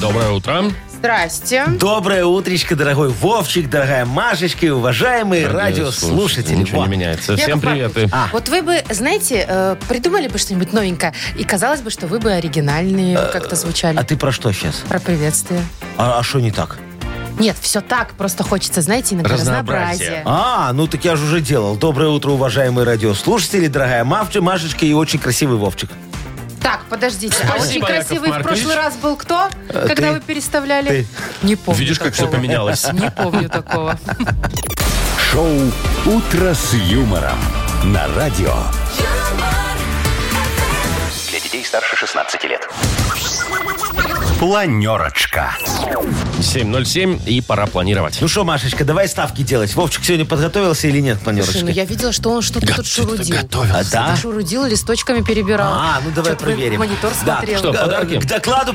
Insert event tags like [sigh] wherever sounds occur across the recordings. Доброе утро. Здрасте. Доброе утречко, дорогой Вовчик, дорогая Машечка и уважаемые радиослушатели. Ничего Во. не меняется. Яков Всем привет. Маркович, А. Вот вы бы, знаете, э, придумали бы что-нибудь новенькое, и казалось бы, что вы бы оригинальные как-то звучали. А ты про что сейчас? Про приветствие. А что не так? Нет, все так, просто хочется, знаете, иногда Разнообразие. разнообразие. А, ну так я же уже делал. Доброе утро, уважаемые радиослушатели, дорогая Мавчи, Машечка и очень красивый Вовчик. Так, подождите, а очень Спасибо, Яков красивый в Маркович. прошлый раз был кто, когда Э, ты. вы переставляли? Ты. Не помню Видишь, как все такого. поменялось. Не помню [laughs] такого. Шоу «Утро с юмором» на радио. Для детей старше 16 лет. Планерочка. 7.07 и пора планировать. Ну что, Машечка, давай ставки делать. Вовчик сегодня подготовился или нет к Слушай, ну планерочке? я видела, что он что-то тут шурудил. А, да? Шурудил, листочками перебирал. А, ну давай Чё-то проверим. Монитор Да. смотрел. Что, подарки? Э, К докладу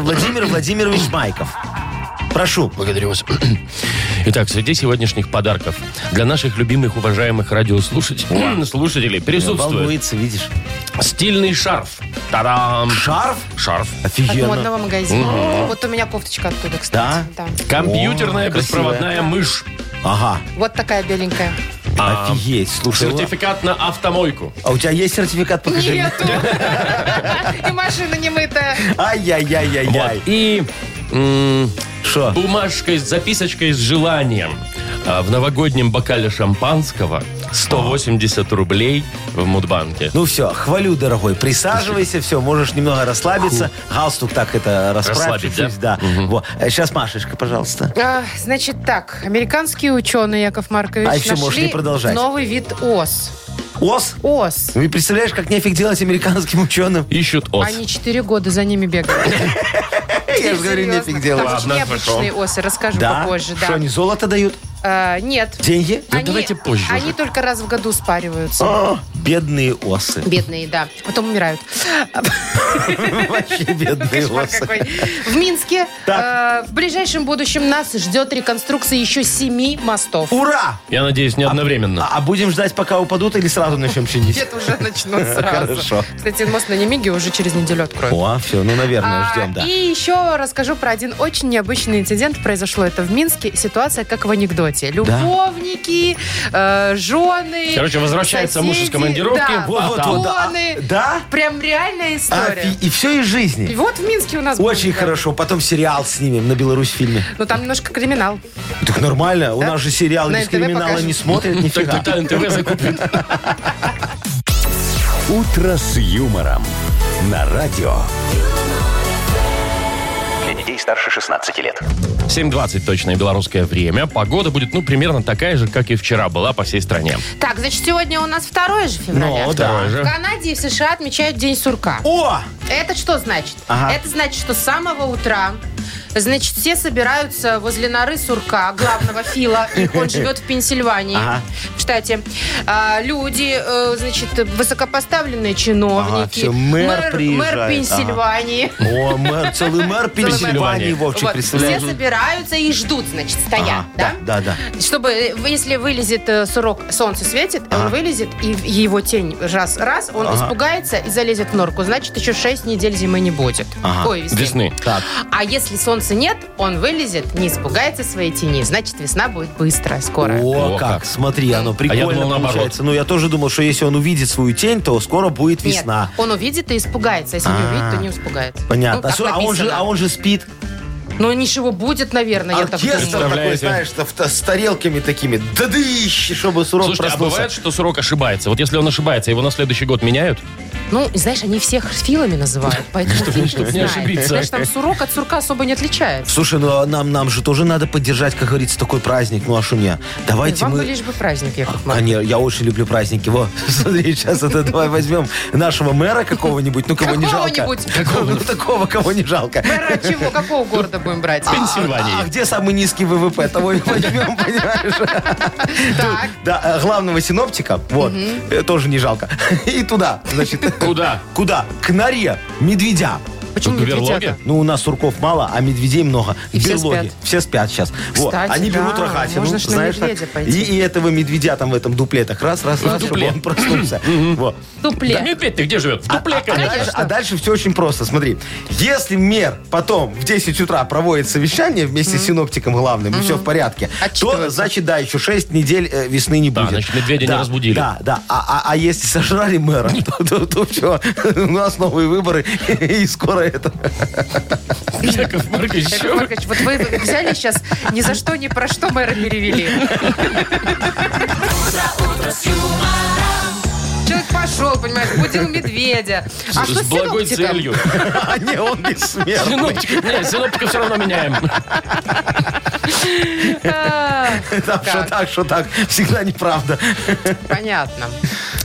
[coughs] Владимир Владимирович Майков. Прошу. Благодарю вас. [clears throat] Итак, среди сегодняшних подарков для наших любимых, уважаемых радиослушателей [clears throat] слушателей присутствует Волнуется, видишь. стильный шарф. Та-дам! Шарф? Шарф. От Офигенно. модного магазина. Вот у меня кофточка оттуда, кстати. Да. Компьютерная О, красивая. беспроводная мышь. Ага. Вот такая беленькая. А Офигеть, слушай. Сертификат на автомойку. А у тебя есть сертификат? Покажи мне. Нету. [laughs] И машина не мытая. Ай-яй-яй-яй-яй. Вот. И м, Что? бумажкой с записочкой с желанием. А, В новогоднем бокале шампанского 180 рублей в Мудбанке. Ну все, хвалю, дорогой. Присаживайся, все, можешь немного расслабиться. Галстук так это расправить. Расслабить, да? чуть-чуть, Сейчас, Машечка, пожалуйста. А, Значит так, американские ученые, Яков Маркович, А всё, нашли можешь не продолжать. новый вид ос. Ос? Ос. Вы представляешь, как нефиг делать американским ученым? Ищут ос. Они четыре года за ними бегали. [laughs] Я же говорю, Серьезно. нефиг делать. Там очень Ладно, необычные осы, расскажу Да? попозже. Что, да. они золото дают? А, Нет. Деньги? Ну, давайте позже Они уже. только раз в году спариваются. О, бедные [laughs] осы. Бедные, да. Потом умирают. Вообще бедные Кошмар осы. [laughs] какой. В Минске э, в ближайшем будущем нас ждет реконструкция еще семи мостов. Ура! Я надеюсь, не одновременно. А а будем ждать, пока упадут, или сразу начнем чинить? Нет, уже [laughs] начнут сразу. Хорошо. Кстати, мост на Немиге уже через неделю откроют. О, все, ну, наверное, А, ждем, да. И еще расскажу про один очень необычный инцидент. Произошло это в Минске. Ситуация как в анекдоте. Любовники, э, жены, Короче, возвращается соседи, муж из командировки, да, вот, вот, вот, да. патроны. Да? Прям реальная история. Офи- А, И все из И жизни. вот в Минске у нас был, Очень да. хорошо. Потом сериал снимем на Беларусь фильме. Но там немножко криминал. Так нормально, у нас же сериалы На без NTV криминала покажут. не смотрят Ну, Так нифига. тотально ТВ закупит. «Утро с юмором» на радио. Для детей старше 16 лет. 7.20 точное белорусское время. Погода будет, ну, примерно такая же, как и вчера была по всей стране. Так, значит, сегодня у нас 2 же февраля. Ну, да. Второе В же. Канаде и в США отмечают День сурка. О! Это что значит? Ага. Это значит, что с самого утра, значит, все собираются возле норы сурка, главного Фила, и он живет в Пенсильвании, Ага. в штате. А, люди, э, значит, высокопоставленные чиновники, Ага, всё, мэр приезжает, мэр ага. Пенсильвании. О, мэр, целый мэр Пенсильвании, Вовчик, Вот, все представляешь? собираются и ждут, значит, стоят, Ага, да, да, Чтобы, э, если вылезет э, сурок, солнце светит, он вылезет, и в- его тень раз-раз, он испугается и залезет в норку. Значит, еще 6 недель зимы не будет. Ага. Ой, весны. Весны. Так, А если солнца нет, он вылезет, не испугается своей тени. Значит, весна будет быстро, скоро. о, О, как, как. А смотри, оно прикольно думал, наоборот. получается. Ну, я тоже думал, что если он увидит свою тень, то скоро будет Нет, весна. он увидит и испугается. а Если не А. увидит, то не испугается. Понятно. Ну, А так су- а, он же, написано. а он А же спит. Но ничего будет, наверное, я так Оркестр думаю. такой, Представляете? знаешь, что в- с тарелками такими. Да дыщ, чтобы сурок Слушайте, а проснулся. бывает, что срок ошибается? Вот если он ошибается, его на следующий год меняют? Ну, и знаешь, они всех филами называют, поэтому фил чтоб не не знает. ошибиться. Знаешь, там сурок от сурка особо не отличается. Слушай, ну а нам, нам же тоже надо поддержать, как говорится, такой праздник. Ну а что мне? Давайте Вам бы мы... лишь бы праздник, Яков Маркович. Конечно, я очень люблю праздники. Во, [laughs] смотри, сейчас это давай возьмем нашего мэра какого-нибудь, ну кого не жалко. Какого-нибудь. Ну, [laughs] такого, кого не жалко. Мэра чего? Какого города будем брать? Пенсильвании. А где самый низкий ВВП? Того и возьмем, [laughs] понимаешь? Так. Да, э, главного синоптика, вот, [laughs] э, тоже не жалко. И туда, значит. Куда? Куда? К норе медведя. Почему В медведя? берлоге? Ну, у нас сурков мало, а медведей много. И все Берлоги. спят. Все спят сейчас. Кстати, Они да, берут рогатину, можно ж на знаешь, так. медведя пойти. И, и этого медведя там в этом дупле так раз, раз, раз, чтобы дупле. он проснулся. Во. Тупле. Да медведь ты где живет? В дупле, А конечно. [laughs] дальше, а дальше все очень просто. Смотри, если мер потом в 10 утра проводит совещание вместе с синоптиком главным, и все в порядке, то, Отчитывается. значит, да, еще 6 недель э, весны не Да, будет. значит, медведя не Да, разбудили. Да, да. А, а- а если сожрали мэра, то, все, [laughs] у нас новые выборы, [laughs] и скоро это... [laughs] Яков Маркович, Яков чё вы? Маркович, вот вы взяли сейчас ни за что, ни про что мэра перевели. Человек пошел, понимаешь, будил медведя. А что С благой синоптиком? целью. А не, он бессмертный. Синоптиков, не, синоптиков все равно меняем. А, Там что так, что так. Всегда неправда. Ну, Понятно.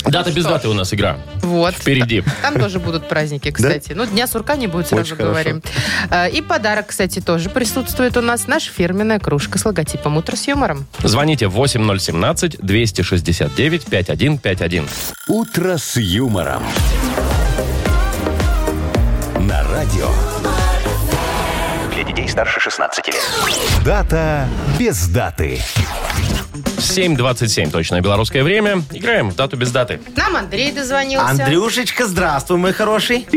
Дата без даты у нас игра. Вот. Впереди. Там тоже будут праздники, кстати. Ну, Дня сурка не будет, сразу Очень хорошо. говорим. Э, И подарок, кстати, тоже присутствует у нас. Наша фирменная кружка с логотипом «Утро с юмором». Звоните 8017-269-5151. «Утро с юмором». На радио. Для детей старше 16 лет. Дата без даты. 7.27, точное белорусское время. Играем в дату без даты. К Нам Андрей дозвонился. Андрюшечка, здравствуй, мой хороший.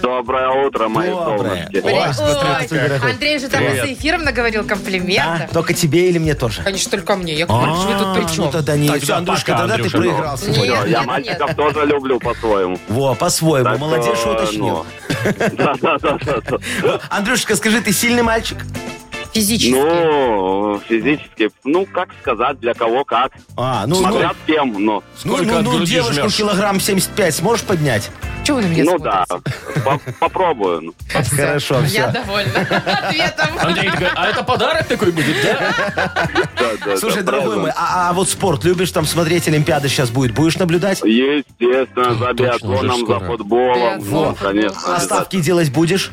Доброе утро, мои Доброе. солнышки. Привет. Ой, смотри, Ой, какой дорогой. Андрей же там Привет. за эфиром наговорил Да? комплиментов. А? Только тебе или мне тоже? Конечно, только мне. Я говорю, А, вы тут при Ну чем? тогда не... Так, Все, Андрюшка, пока, тогда ты Андрюша, проиграл ну. сегодня. Нет, Я нет, мальчиков нет. тоже люблю по-своему. Во, по-своему. Так э, ну. Молодец, что что, уточнил. Да-да-да. [laughs] [laughs] Андрюшечка, скажи, ты сильный мальчик? Физически. Ну, физически, ну, как сказать, для кого как. А, ну, ну, Смотря с кем, но... ну, сколько ну, от ну, груди девушку жмешь? килограмм 75 сможешь поднять? Чего вы на меня Ну да, смотрите? По- попробую. [laughs] ну. Всё. Хорошо, Я все. довольна [laughs] ответом. Андрей такой, а это подарок такой будет, да? Да, да, Слушай, да, дорогой правда. мой, а, а вот спорт любишь там смотреть? Олимпиады сейчас будет. Будешь наблюдать? Естественно, за Точно, уже ж биатлоном, за скоро. футболом. Биатлон, Ну, конечно. А обязательно. ставки делать будешь?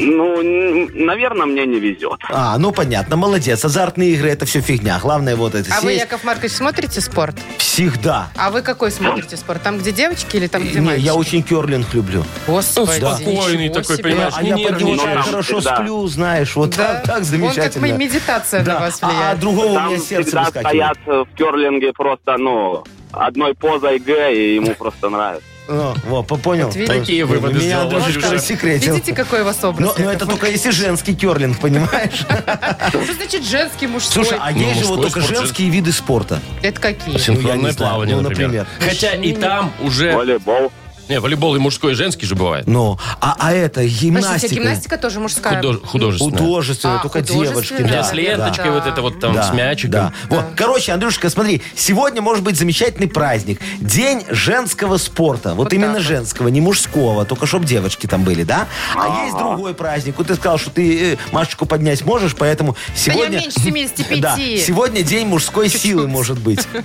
Ну, н- наверное, мне не везет. А, ну понятно, молодец. Азартные игры это все фигня. Главное вот это А вы, сесть Яков Маркович, смотрите спорт? всегда. А вы какой смотрите спорт? Там, где девочки или там, где Не, мальчики? я очень керлинг люблю. Господи, Да. Спокойный ничего такой, себе. понимаешь, а не я под него нервничаешь. так хорошо Да. сплю, знаешь, Да. вот так, так Вон как замечательно. мы- медитация на вас А, а влияет. другого у Там меня сердце всегда выскакивает. стоят э, в керлинге просто, ну, одной позой Г, и ему просто нравится. Ну, во, по- понял. Вот видите. Такие выводы Меня сделал Андрюшечка Андрюша. рассекретил. Видите, какой у вас Но, образ? но Яков это только если женский керлинг, понимаешь? Маркович? Что значит женский, мужской? Слушай, а есть же Ну, мужской вот только спорт, женские виды спорта. Это какие? Ну, я Синхронное не знаю. плавание, Ну, например. например. Хотя и там уже... Волейбол. Не, волейбол и мужской, и женский же бывает. Ну, а, а это Подождите, гимнастика. гимнастика тоже мужская? Худож- Художественное. Художественная, А, только художественная, девочки. да, Где да, с да, ленточкой да. вот это вот там, да, с мячиком. да. Вот, короче, Андрюшка, смотри, сегодня может быть замечательный праздник. День женского спорта. Вот, Вот именно так вот. женского, не мужского, только чтобы девочки там были, да? А есть другой праздник. Вот ты сказал, что ты э, Машечку поднять можешь, поэтому Да я сегодня... меньше 75. Да, сегодня день мужской силы, может быть. [laughs]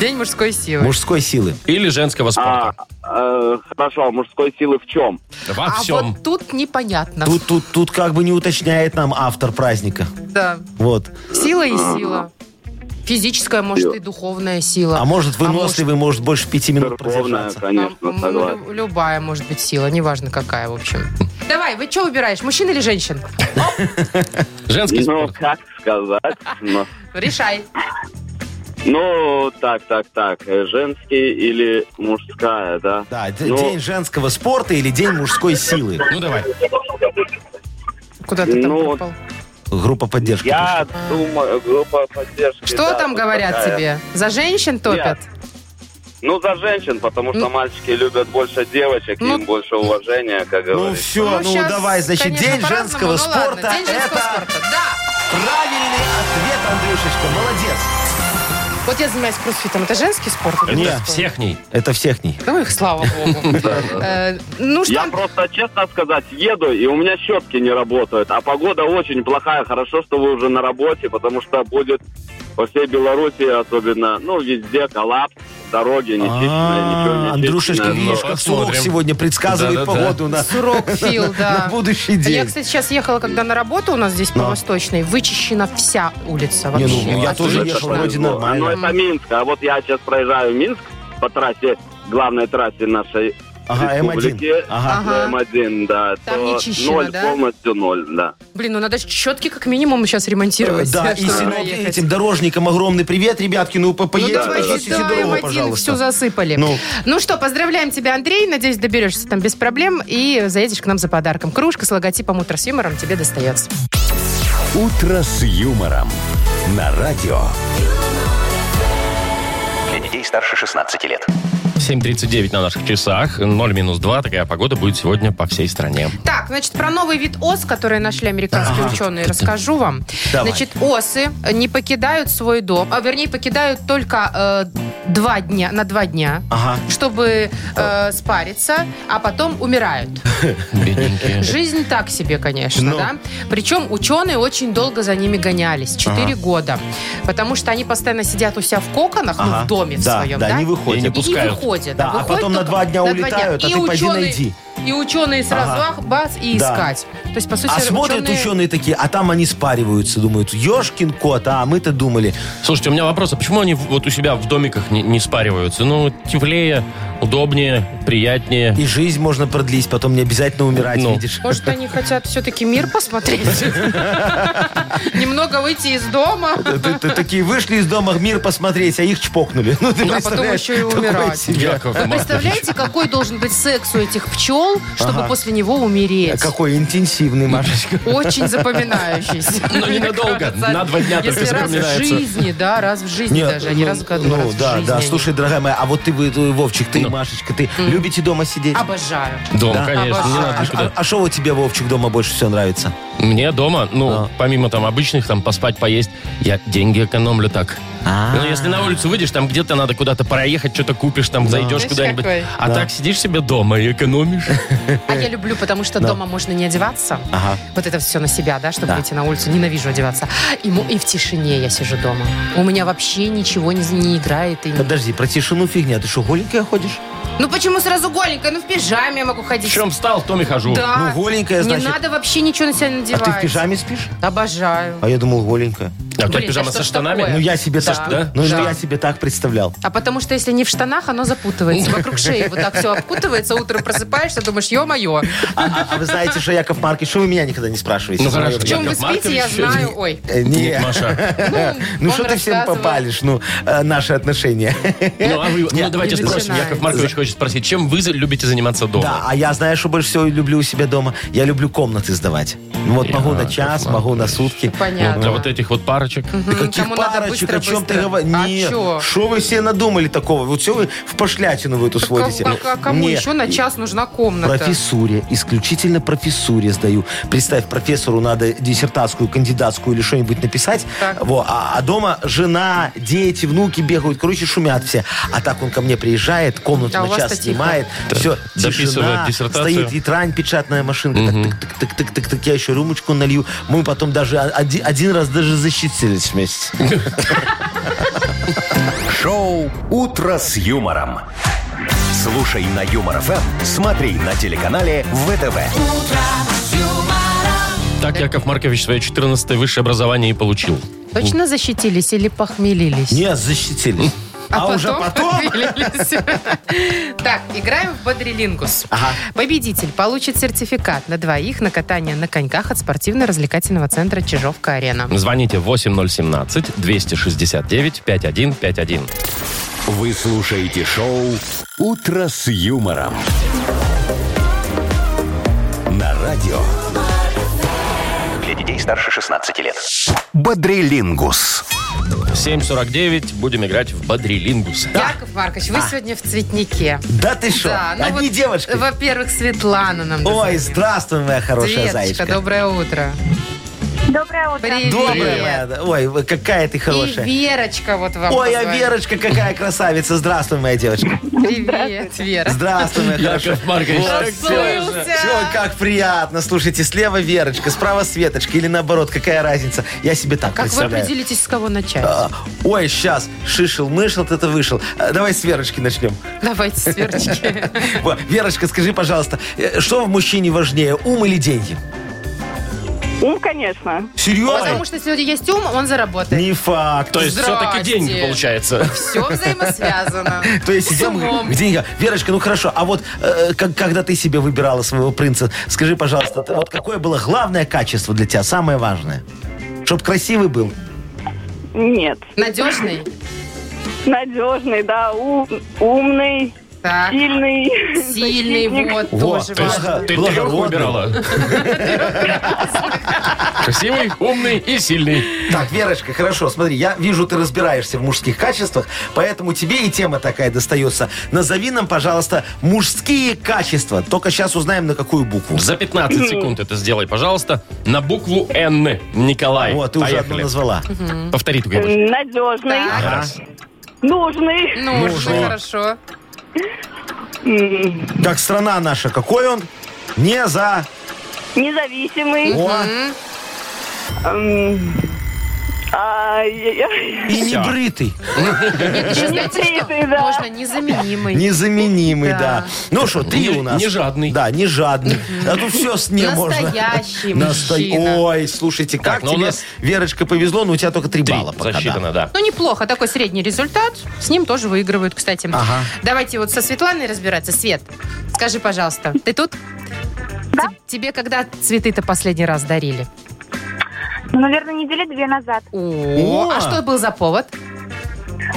День мужской силы. Мужской силы. Или женского А, спорта. э, хорошо, а мужской силы в чем? Во а всем. вот тут непонятно. Тут, тут, тут как бы не уточняет нам автор праздника. Да. Вот. Сила и сила. Физическая, может, и духовная сила. А может, может, выносливый, может, больше пяти минут Церковная, продержаться. конечно, там, ну, согласен. лю- любая может быть сила, неважно какая, в общем. Давай, вы что выбираешь, мужчин или женщин? Женский Ну, спорт. как сказать? но- Решай. Ну, так, так, так, э, женский или мужская, да? Да, д- Ну, день женского спорта или день мужской силы. Ну, давай. Куда ты там Ну, пропал? Группа поддержки. Я думаю, группа поддержки. Что да, там вот говорят такая. тебе? За женщин топят? Ну, за женщин, потому что Ну. мальчики любят больше девочек, Ну. им больше уважения, как Ну говорится. все, ну, щас, давай, значит, конечно, день по-разному, женского ну ладно, спорта День женского это спорта, да. правильный ответ, Андрюшечка, молодец. Вот я занимаюсь кроссфитом, это женский спорт? или Нет. мужской? Всех ней. Это всех не. Ну их слава [laughs] богу. Э, Ну Я что, просто, честно сказать, еду, и у меня щетки не работают. А погода очень плохая. Хорошо, что вы уже на работе, потому что будет по всей Беларуси, особенно, ну, везде коллапс, дороги нечистые, А, ничего не Андрюшечка, чистенькое, но- видишь, как сурок посмотрим. сегодня предсказывает Да-да-да. погоду на сурок [laughs] Фил, да. на будущий Я, день. кстати, сейчас ехала, когда на работу у нас здесь по Ну. Восточной, вычищена вся улица Не, вообще. ну, я Это тоже ехал, повезло. вроде Ну, нормально. это Минск. А вот я сейчас проезжаю Минск по трассе, главной трассе нашей Ага, М1. республики, Ага. М1, да, Там то не чищено, ноль, да? полностью ноль, да. Блин, ну надо ж щетки как минимум сейчас ремонтировать. Э, э, Да, и чтобы синоп- проехать. этим дорожникам огромный привет, ребятки. Ну, по- Ну, поедете, давайте, почистите да, дорогу, М1 пожалуйста. все засыпали. Ну. Ну. что, поздравляем тебя, Андрей. Надеюсь, доберешься там без проблем и заедешь к нам за подарком. Кружка с логотипом «Утро с юмором» тебе достается. «Утро с юмором» на радио. Для детей старше 16 лет. 7.39 на наших часах, 0 минус 2, такая погода будет сегодня по всей стране. Так, значит, про новый вид ос, который нашли американские ученые, расскажу вам. Давай. Значит, осы не покидают свой дом, а вернее, покидают только э, два дня, на два дня, Ага. чтобы э, спариться, а потом умирают. Бедненькие. Жизнь так себе, конечно, Ну. да. Причем ученые очень долго за ними гонялись, 4 года. Потому что они постоянно сидят у себя в коконах, ну, Ага. в доме в Да, своем, да, да, не И не выходят. И не пускают. выходят. Да, а Выходят потом на только два дня улетают, а И ты пойди ученые- найди. И ученые сразу Ага. ах, бац и Да. искать. То есть, по сути, А смотрят ученые- ученые... такие, а там они спариваются, думают, ешкин кот, а мы-то думали. Слушайте, у меня вопрос, а почему они вот у себя в домиках не, не спариваются? Ну, теплее, удобнее, приятнее. И жизнь можно продлить, потом не обязательно умирать, Ну. видишь. Может, они хотят все-таки мир [laughs] посмотреть? Немного выйти из дома. а Ты- ты Такие вышли из дома мир посмотреть, а их чпокнули. Ну, ты потом представляешь, еще и такое умирать. себе. Яков Вы Маркович. представляете, какой должен быть секс у этих пчел, чтобы после него умереть? Какой интенсивный, Ну, Машечка. Очень запоминающийся. Ну, Но ненадолго, Мне кажется, на два дня если только раз в запоминается. жизни, да, раз в жизни Не, даже, а не раз в году, ну, раз в да, жизни да. они. Слушай, дорогая моя, а вот ты, вы, э, Вовчик, ты, Ну. Машечка, ты любите дома сидеть? А Обожаю. Дом, Да. конечно, не Обожаю. надо никуда. А что вот тебе, Вовчик, дома больше всего нравится? Мне дома, ну, Да. помимо там обычных, там поспать, поесть, я деньги экономлю так. А. Ну, если на улицу выйдешь, там где-то надо куда-то проехать, что-то купишь, там зайдешь Знаешь, куда-нибудь. какой? А так сидишь себе дома и экономишь. А я люблю, потому что дома можно не одеваться. Ага. Вот это все на себя, да, чтобы Да. выйти на улицу. Ненавижу одеваться. И, му- и в тишине я сижу дома. У меня вообще ничего не, не играет. и не- Подожди, про тишину фигня. Ты что, голенькая ходишь? Ну почему сразу голенькая? Ну в пижаме я могу ходить. В чем встал, в том и хожу. Да. Ну, голенькая, значит. А, Не надо вообще ничего на себя А надевать. ты в пижаме спишь? Обожаю. А я думал, голенькая. А у тебя Блин, пижама да со что ж штанами? такое? Ну, я себе Да. так... Да? Ну, Да. я себе так представлял. А потому что если не в штанах, оно запутывается. Вокруг шеи вот так все обкутывается, утром просыпаешься, думаешь, ё-моё. А, а- а вы знаете, что Яков Маркович, что вы меня никогда не спрашиваете? Ну, Что хорошо. я- В чем вы Яков спите, я Маркович. [laughs] знаю. Ой. Э, не. Нет, [laughs] Маша. Ну, он что ты всем рассказывал. попалишь? Ну, э, наши отношения. [laughs] Ну, а вы, ну, давайте не спросим. начинай. Яков Маркович хочет спросить, чем вы за- любите заниматься Да, дома? а я, знаешь, что больше всего люблю у себя дома? Я люблю комнаты сдавать. Ну, Вот могу на Яков час, могу на сутки. Для Понятно. вот этих вот парочек. Да каких кому надо парочек, о чем быстро-быстро. ты говоришь? А Нет, чё? что вы все надумали такого? Вот все вы в пошлятину вы эту сводите. Ну, Как- как- а Кому Не. еще на час нужна комната? Профессуре, исключительно профессуре сдаю. Представь, профессору надо диссертацию, кандидатскую или что-нибудь написать. Так. Во, а, а дома жена, дети, внуки бегают, короче, шумят все. А так он ко мне приезжает, комнату А у на вас-то час тихо. снимает, все, Дописывает тишина, диссертацию. стоит и трань, печатная машинка, так-так-так-так-так, я еще рюмочку налью. Мы потом даже оди- один, раз даже защитились вместе. Шоу «Утро с юмором». Слушай на Юмор ФМ, смотри на телеканале ВТВ. Так Яков Маркович свое 14 высшее образование и получил. Точно защитились или похмелились? Не, защитились. А, уже потом? похмелились. [laughs] Так, играем в бодрилингус. Победитель получит сертификат на двоих на катание на коньках от спортивно-развлекательного центра Чижовка-Арена. Звоните 8017-269-5151. Вы слушаете шоу «Утро с юмором». На радио. Для детей старше 16 лет. Бодрилингус. 7.49. Будем играть в Бодрилингус. Яков Маркович, вы сегодня в цветнике. Да ты что? Да, ну Одни вот, девочки. Во-первых, Светлана нам Ой, дозвонилась. здравствуй, моя хорошая Светочка, зайчка. доброе утро. Доброе утро. Привет. Добрая моя, да. Ой, вы какая ты И хорошая. Верочка вот вам Ой, а позвонила. Верочка какая красавица. Здравствуй, моя девочка. Привет, Вера. Здравствуй, моя хорошая. Яков Маркович, Вот, так всё, Расплылся. всё, как приятно. Слушайте, слева Верочка, справа Светочка. Или наоборот, какая разница? Я себе так Как вы представляю. определитесь, с кого начать? А, Ой, сейчас, шишел-мышел, ты-то вышел. А, Давай с [laughs] Верочки начнем. Давайте, [laughs] Сверочки. Во, Верочка, скажи, пожалуйста, э, что в мужчине важнее, ум или деньги? Ум, конечно. Серьезно? Потому что если у людей есть ум, он заработает. Не факт. То есть все-таки Здрасте. деньги получается. Все взаимосвязано. То есть идем умом. к деньгам. Верочка, ну хорошо, а вот э, как- когда ты себе выбирала своего принца, скажи, пожалуйста, ты- вот какое было главное качество для тебя, самое важное? Чтоб красивый был. Нет. Надежный? Надежный, да, ум- умный, Так. сильный. Сильный, защитник. вот, Вот, тоже то есть, важно. Ты трех Благородный. выбирала? [laughs] Красивый, умный и сильный. Так, Верочка, хорошо, смотри, я вижу, ты разбираешься в мужских качествах, поэтому тебе и тема такая достается. Назови нам, пожалуйста, мужские качества. Только сейчас узнаем, на какую букву. За 15 секунд это сделай, пожалуйста. На букву Н. Николай. Вот, ты уже одну Поехали. назвала. Повтори только. Иваш. Надежный, Так. Раз. нужный. Ну, Нужно. ну, хорошо. м, Как страна наша, какой он? Не за... Независимый. О, м, а, я- я- и не бритый. Нет, еще знаете, что Непритый, да. можно незаменимый. Незаменимый, да. Да. Ну что, три Не- у нас. не жадный. Да, не жадный. А тут все с не можно. Настоящий Насто- мужчина. Ой, слушайте, как ну у тебе, нас- Верочка, повезло, но у тебя только три, Три балла пока. да. засчитано, да. Ну, неплохо. Такой средний результат. С ним тоже выигрывают, кстати. Ага. Давайте вот со Светланой разбираться. Свет, скажи, пожалуйста, ты тут? Да. Т- Тебе когда цветы-то последний раз дарили? Ну, наверное, недели две назад. О, О. а что был за повод?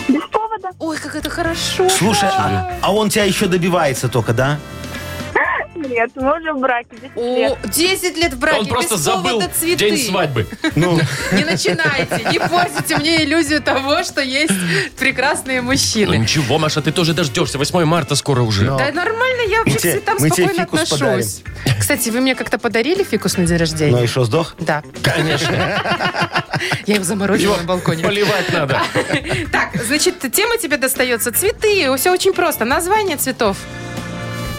Без повода. Ой, как это хорошо. Слушай, а, а он тебя еще добивается только, да? Нет, мы уже в браке. 10 О, лет. 10 лет в браке, Он просто без забыл повода цветы. день свадьбы. [laughs] Ну, Не начинайте, не портите мне иллюзию того, что есть прекрасные Ну мужчины. ничего, Маша, ты тоже дождешься. 8 марта скоро Ну, уже. Да нормально, я вообще Мы к те- цветам мы те спокойно фикус отношусь. Кстати, вы мне как-то подарили фикус на день ну и рождения? что, сдох? Да. Конечно. Я его заморозила на балконе. Поливать надо. Так, значит, тема тебе достается. Цветы. Все очень просто. Название цветов.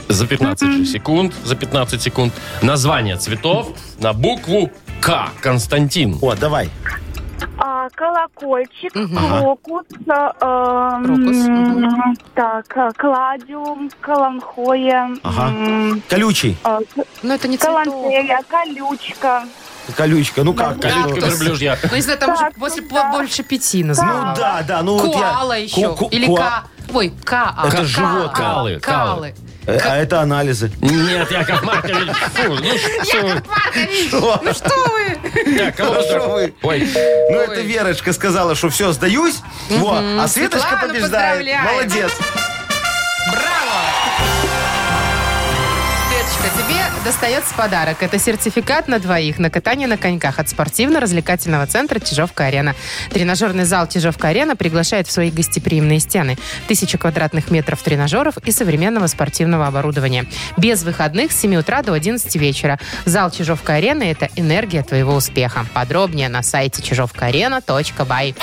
За 15 же секунд, за 15 секунд. Название цветов на букву К. Константин. О, давай. А, колокольчик, крокус, а, эм, Крокус, мгм. так, а, кладиум, каланхоя, Ага. м, Колючий. а, Но это не цветов. каланхоя, колючка. Колючка. Ну как? Да. колючка? Колючка Кактус. верблюжья. Ну, не знаю, там уже Так, после ну пла- да. больше пяти назвала. Ну да, да. Ну, вот я- Куала еще. Ку- ку- Или куа- ка... Ой, ка. а, Это ка- животное. Калы, калы. Калы. Калы. Э, А это [laughs] анализы. Нет, Яков Маркович. Фу, ну что? Что? Ну что вы? Так, кого Хорошо так? вы. Ой, Ну, это Верочка сказала, что все, сдаюсь. Вот. А Светочка Светлану побеждает. поздравляем. Молодец. Браво! Светочка, тебе достается подарок. Это сертификат на двоих на катание на коньках от спортивно-развлекательного центра «Чижовка-арена». Тренажерный зал «Чижовка-арена» приглашает в свои гостеприимные стены. Тысяча квадратных метров тренажеров и современного спортивного оборудования. Без выходных с 7 утра до 11 вечера. Зал «Чижовка-арена» — это энергия твоего успеха. Подробнее на сайте чижовкаарена.бай.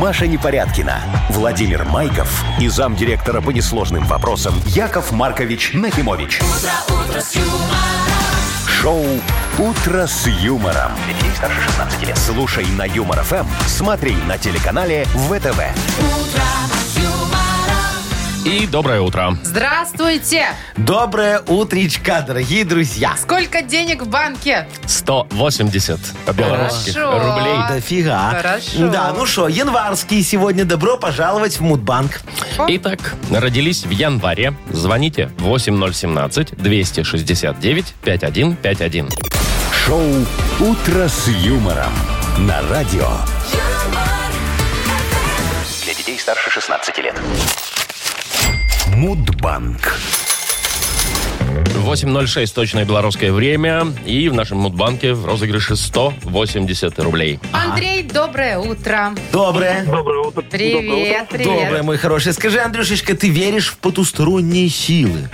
Маша Непорядкина, Владимир Майков и замдиректора по несложным вопросам Яков Маркович Нахимович. Шоу Утро с юмором. Для детей старше 16 лет. Слушай на юмор ФМ, смотри на телеканале ВТВ. и доброе утро. Здравствуйте! Доброе утречка, дорогие друзья. Сколько денег в банке? 180 белорусских Хорошо. рублей. Дофига. Хорошо. Да, ну что, январские сегодня. Добро пожаловать в Мудбанк. Итак, родились в январе. Звоните 8017-269-5151. Шоу Утро с юмором на радио. Для детей старше 16 лет. Мудбанк. 8.06 точное белорусское время. И в нашем Мудбанке в розыгрыше 180 рублей. Андрей, доброе утро. Доброе. А. Доброе утро. Привет, Доброе, привет. мой хороший. Скажи, Андрюшечка, ты веришь в потусторонние силы?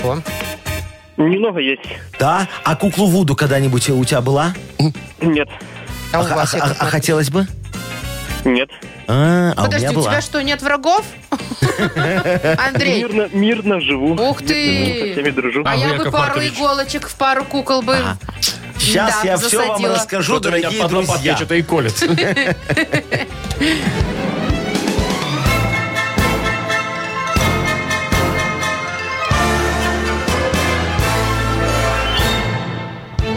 Немного есть. Да? А куклу Вуду когда-нибудь у тебя была? Нет. А у А- вас, а- Яков а Маркович? хотелось бы? Нет. А, а у Подожди, меня у, была. тебя что, нет врагов? Андрей, Мирно, мирно живу. Ух ты! Со всеми дружу. а А вы, я бы Яков пару Маркович? иголочек в пару кукол бы... Сейчас Да, я все вам засадила. расскажу, Кто-то меня дорогие под лопатки друзья. что-то и колет.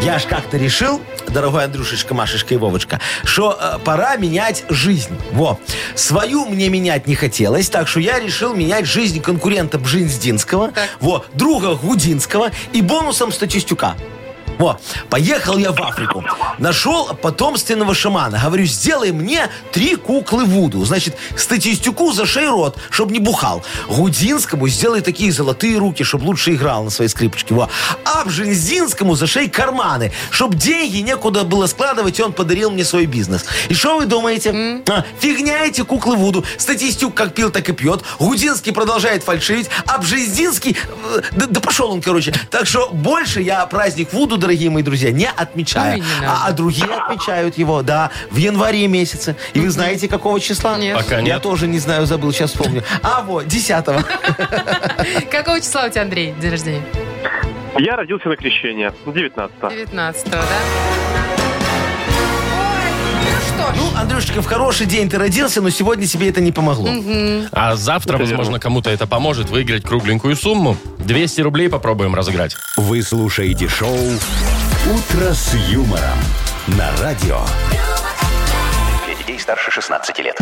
Я я аж как-то решил, дорогой Андрюшечка, Машечка и Вовочка, что э, пора менять жизнь. Во. Свою мне менять не хотелось, так что я решил менять жизнь конкурента Бжинздинского, во, друга Гудинского и бонусом статистюка. Во, поехал я в Африку. Нашел потомственного шамана. Говорю, сделай мне три куклы Вуду. Значит, статистику зашей рот, чтобы не бухал. Гудинскому сделай такие золотые руки, чтобы лучше играл на своей скрипочке. Во. А Бжензинскому зашей карманы, чтобы деньги некуда было складывать, и он подарил мне свой бизнес. И что вы думаете? А, Фигня эти куклы Вуду. Статистюк как пил, так и пьет. Гудинский продолжает фальшивить, а Бжезинский... э, Да, да пошел он, короче. Так что больше я праздник Вуду, дорогие мои друзья, не Ну отмечаю. и не надо. а, а другие отмечают его, да, в январе месяце. И вы знаете, какого числа? Нет. Пока Я нет. тоже не знаю, забыл, сейчас вспомню. А, вот, 10 Какого числа у тебя, Андрей, день рождения? Я родился на крещение, 19 19 да? Ой, ну что ж. Ну, Андрюшечка, в хороший день ты родился, но сегодня тебе это не помогло. А завтра, возможно, кому-то это поможет выиграть кругленькую сумму. 200 рублей попробуем разыграть. Вы слушаете шоу «Утро с юмором» на радио. Для детей старше 16 лет.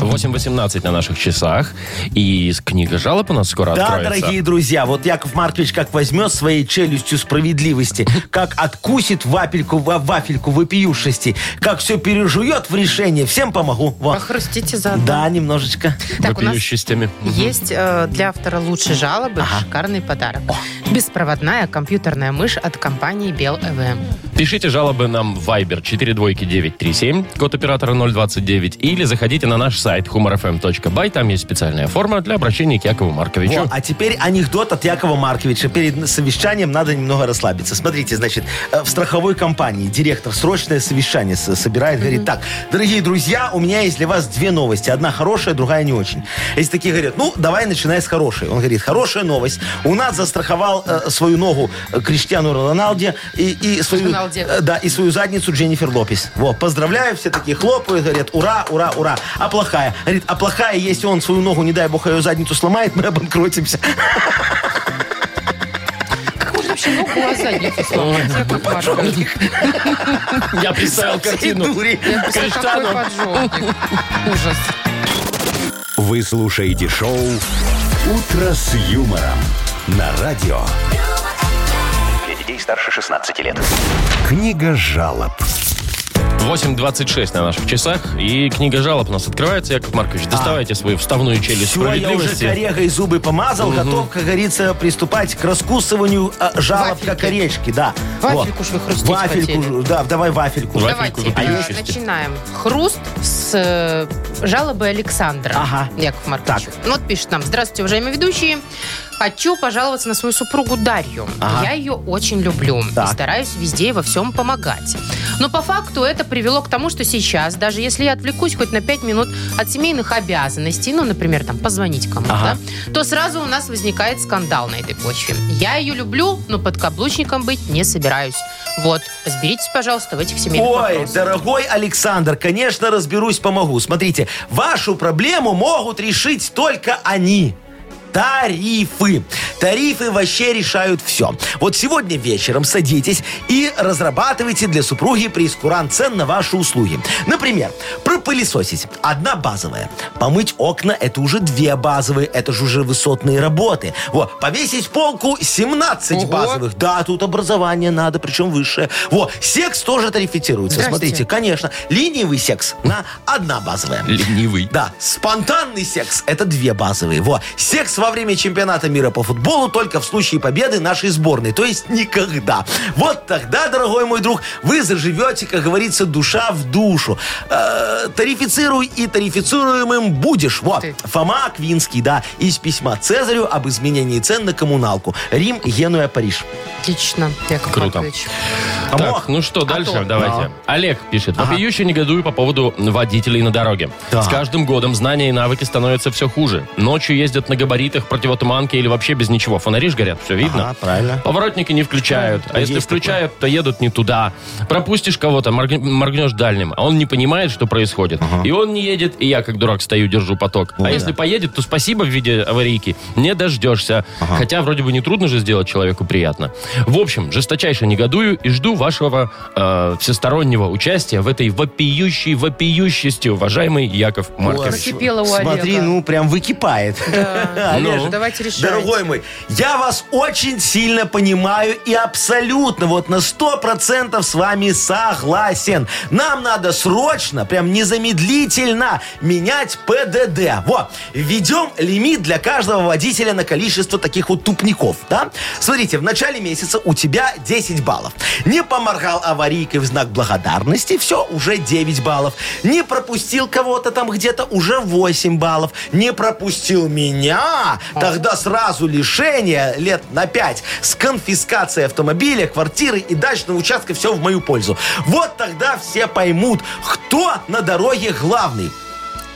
8.18 на наших часах. И с- книга жалоб у нас скоро Да, откроется. дорогие друзья, вот Яков Маркович как возьмет своей челюстью справедливости, как откусит вапельку, ва- вафельку вопиюшести, как все пережует в решении, всем помогу. Во. Похрустите заодно. Да, немножечко. Так, у нас Вопиющестями. есть э, для автора лучшей жалобы шикарный подарок. Беспроводная компьютерная мышь от компании Бел ЭВМ. Пишите жалобы нам в Viber 42937, код оператора 029, или заходите на наш сайт humorfm.by, там есть специальная форма для обращения к Якову Марковичу. Во, А теперь анекдот от Якова Марковича. Перед совещанием надо немного расслабиться. Смотрите, значит, э, в страховой компании директор срочное совещание с- собирает, говорит, так, дорогие друзья, у меня есть для вас две новости. Одна хорошая, другая не очень. Если такие говорят, ну, давай начинай с хорошей. Он говорит, хорошая новость. У нас застраховал э, свою ногу э, Криштиану Роналде и, и свою... Роналде. э, да, и свою задницу Дженнифер Лопес. Во, поздравляю, все такие хлопают, говорят, ура, ура, ура. А плохая? Говорит, а плохая, если он свою ногу, не дай бог, ее задницу сломает, мы обанкротимся. Как можно вообще ногу у вас задницу сломать, Яков Маркович? Я представил картину. дури. Я просто какой Каштаном. поджопник. Ужас. Вы слушаете шоу «Утро с юмором» на радио. Для детей старше 16 лет. Книга жалоб. 8.26 на наших часах, и книга жалоб у нас открывается. Яков Маркович, доставайте свою вставную челюсть Все, А. я уже справедливости. корегой зубы помазал, готов, как говорится, приступать к раскусыванию э, жалоб Вафельки. как орешки, да. Вафельку ж вы хрустеть Вафельку, хотели. ж- да, давай вафельку. Вафельку Давайте э, вопиющести. начинаем. Хруст с э, жалобы Александра. Ага. Яков Маркович. Так. Ну, вот пишет нам. Здравствуйте, уважаемые ведущие. Хочу пожаловаться на свою супругу Дарью. Ага. Я ее очень люблю Так. и стараюсь везде и во всем помогать. Но по факту это привело к тому, что сейчас, даже если я отвлекусь хоть на 5 минут от семейных обязанностей, ну, например, там, позвонить кому-то, Ага. то сразу у нас возникает скандал на этой почве. Я ее люблю, но под каблучником быть не собираюсь. Вот, разберитесь, пожалуйста, в этих семейных Ой, вопросах. дорогой Александр, конечно, разберусь, помогу. Смотрите, вашу проблему могут решить только они. Тарифы. Тарифы вообще решают все. Вот сегодня вечером садитесь и разрабатывайте для супруги прейскурант цен на ваши услуги. Например, пропылесосить. Одна базовая. Помыть окна – это уже две базовые. Это же уже высотные работы. Вот. Повесить полку – 17 Ого. базовых. Да, тут образование надо, причем высшее. Вот. Секс тоже тарифицируется. Здрасте. Смотрите, конечно. Ленивый секс на одна базовая. Ленивый. Да, спонтанный секс – это две базовые. Во. Секс во время чемпионата мира по футболу только в случае победы нашей сборной. То есть никогда. Вот тогда, дорогой мой друг, вы заживете, как говорится, душа в душу. Э, тарифицируй и тарифицируемым будешь. Вот. Ты. Фома Аквинский, да, из письма Цезарю об изменении цен на коммуналку. Рим, Генуя, Париж. Отлично, Яков Круто. Маркович. Так, ну что, дальше то. давайте. Олег пишет. Вопиюще негодую по поводу водителей на дороге. Да. С каждым годом знания и навыки становятся все хуже. Ночью ездят на габаритах, противотуманке или вообще без ничего. Фонари ж горят, все видно. Ага, правильно. Поворотники не включают. А если Есть включают, то едут не туда. Пропустишь кого-то, морг- моргнешь дальним, а он не понимает, что происходит. И он не едет, и я, как дурак, стою, держу поток. а да. если поедет, то спасибо в виде аварийки. Не дождешься. Хотя вроде бы не трудно же сделать человеку приятно. В общем, жесточайше негодую и жду вашего э, всестороннего участия в этой вопиющей вопиющести, уважаемый Яков Маркович. Накипело у Смотри, Олега. ну прям выкипает. [laughs] Да. Ну. Олежа, давайте решать. Дорогой мой, я вас очень сильно понимаю и абсолютно вот на сто процентов с вами согласен. Нам надо срочно, прям незамедлительно менять ПДД. Вот, введем лимит для каждого водителя на количество таких вот тупников, да? Смотрите, в начале месяца у тебя 10 баллов. Не поморгал аварийкой в знак благодарности, все, уже 9 баллов. Не пропустил кого-то там где-то, уже 8 баллов. Не пропустил меня, тогда сразу лишение лет на 5 с конфискацией автомобиля, квартиры и дачного участка, все в мою пользу. Вот тогда все поймут, кто на дороге главный.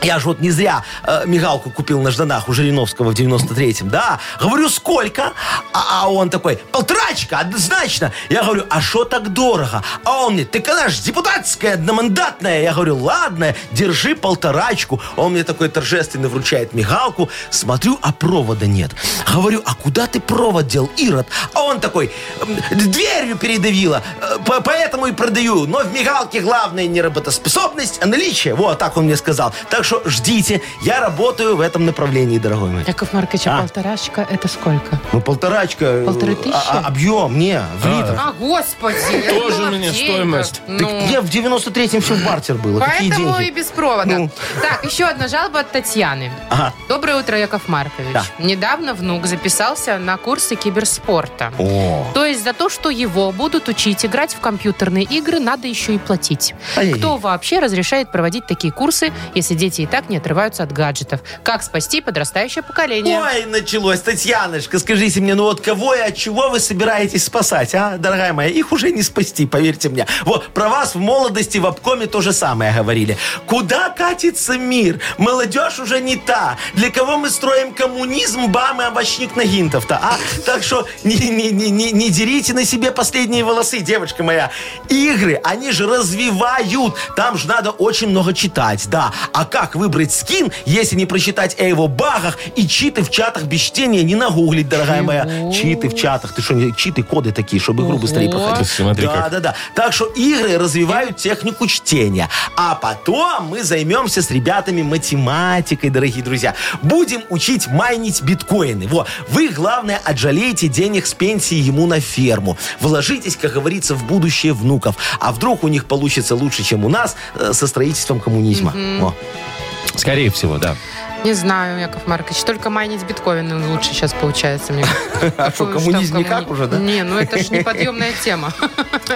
Я же вот не зря э, мигалку купил на Жданах у Жириновского в 93-м, да. Говорю, сколько? А, а он такой, полторачка, однозначно. Я говорю, а что так дорого? А он мне, ты когда ж депутатская, одномандатная? Я говорю, ладно, держи полторачку. Он мне такой торжественно вручает мигалку. Смотрю, а провода нет. Говорю, а куда ты провод дел, Ирод? А он такой, «М, дверью передавила, э, по- поэтому и продаю. Но в мигалке главное не работоспособность, а наличие. Вот так он мне сказал. Так что ждите, я работаю в этом направлении, дорогой мой. Яков Маркович, а А. полторашка это сколько? Ну, полторачка. Полторы э, тысячи? а- а- объем, не, в А. литрах. А, господи! я Тоже думала, мне в деньгах. стоимость. Ну. Так где в 93-м все в бартер было? Какие Поэтому и деньги? без провода. Ну. Так, еще одна жалоба от Татьяны. Ага. Доброе утро, Яков Маркович. Да. Недавно внук записался на курсы киберспорта. О. То есть за то, что его будут учить играть в компьютерные игры, надо еще и платить. Ай-яй-яй. Кто вообще разрешает проводить такие курсы, если дети и так не отрываются от гаджетов? Как спасти подрастающее поколение? Ой, началось. Татьяночка, скажите мне, ну вот кого и от чего вы собираетесь спасать, а, дорогая моя? Их уже не спасти, поверьте мне. Вот, про вас в молодости в обкоме то же самое говорили. Куда катится мир? Молодежь уже не та. Для кого мы строим коммунизм, бам и овощник Нагинтов-то, а? Так что не, не, не, не, не дерите на себе последние волосы, девочка моя. Игры, они же развивают. Там же надо очень много читать, да. А как выбрать скин, если не прочитать о его багах и читы в чатах без чтения не нагуглить, дорогая моя? Читы в чатах. Ты что, не- читы, коды такие, чтобы игру быстрее Ого. проходить. Ты смотри, да, как. да, да. Так что игры развивают технику чтения. А потом мы займемся с ребятами математикой, дорогие друзья. Будем учить майнить биткоины. Во. Вы, главное, отжалейте денег с пенсии ему на ферму. Вложитесь, как говорится, в будущее внуков. А вдруг у них получится лучше, чем у нас э, со строительством коммунизма. Во. Скорее всего, да. Не знаю, Яков Маркович. Только майнить биткоины лучше сейчас получается мне. Какой А что, уж там коммунизм коммуни- никак уже, да? Не, ну это же неподъемная [laughs] тема.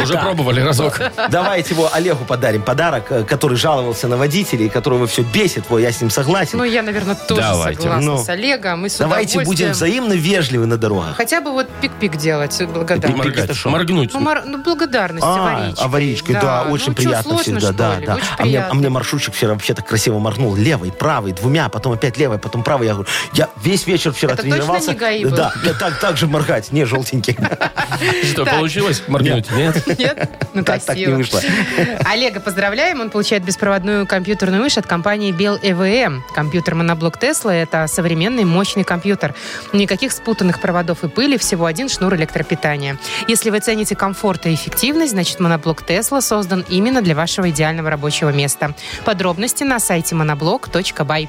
Уже пробовали разок. Давайте его Олегу подарим подарок, э, который жаловался на водителей, которого все бесит. Во, я с ним согласен. Ну, я, наверное, тоже Давайте. согласна Ну. с Олегом. Мы с Давайте будем удовольствием взаимно вежливы на дорогах. Хотя бы вот пик-пик делать, э, благодарность. это Моргать. что? Моргнуть. Ну, мор- ну, благодарность А, аварийчикой. аварийкой, да, очень ну, чё, приятно сложно, всегда, что да, ли? да. Очень а, мне, а приятно. мне маршрутчик вчера вообще так красиво моргнул левой, правой, двумя, а потом опять левой, потом правой. Я говорю, я весь вечер вчера Это точно тренировался. не ГАИ был? Да, да, так, так же моргать, не [laughs] желтенький. Что, Так. получилось моргнуть? Нет? Нет? Ну, Так, так не красиво. вышло. Олега поздравляем. Он получает беспроводную компьютерную мышь от компании Bell EVM. Компьютер моноблок Tesla – это современный мощный компьютер. Никаких спутанных проводов и пыли, всего один шнур электропитания. Если вы цените комфорт и эффективность, значит, моноблок Tesla создан именно для вашего идеального рабочего места. Подробности на сайте monoblock.by.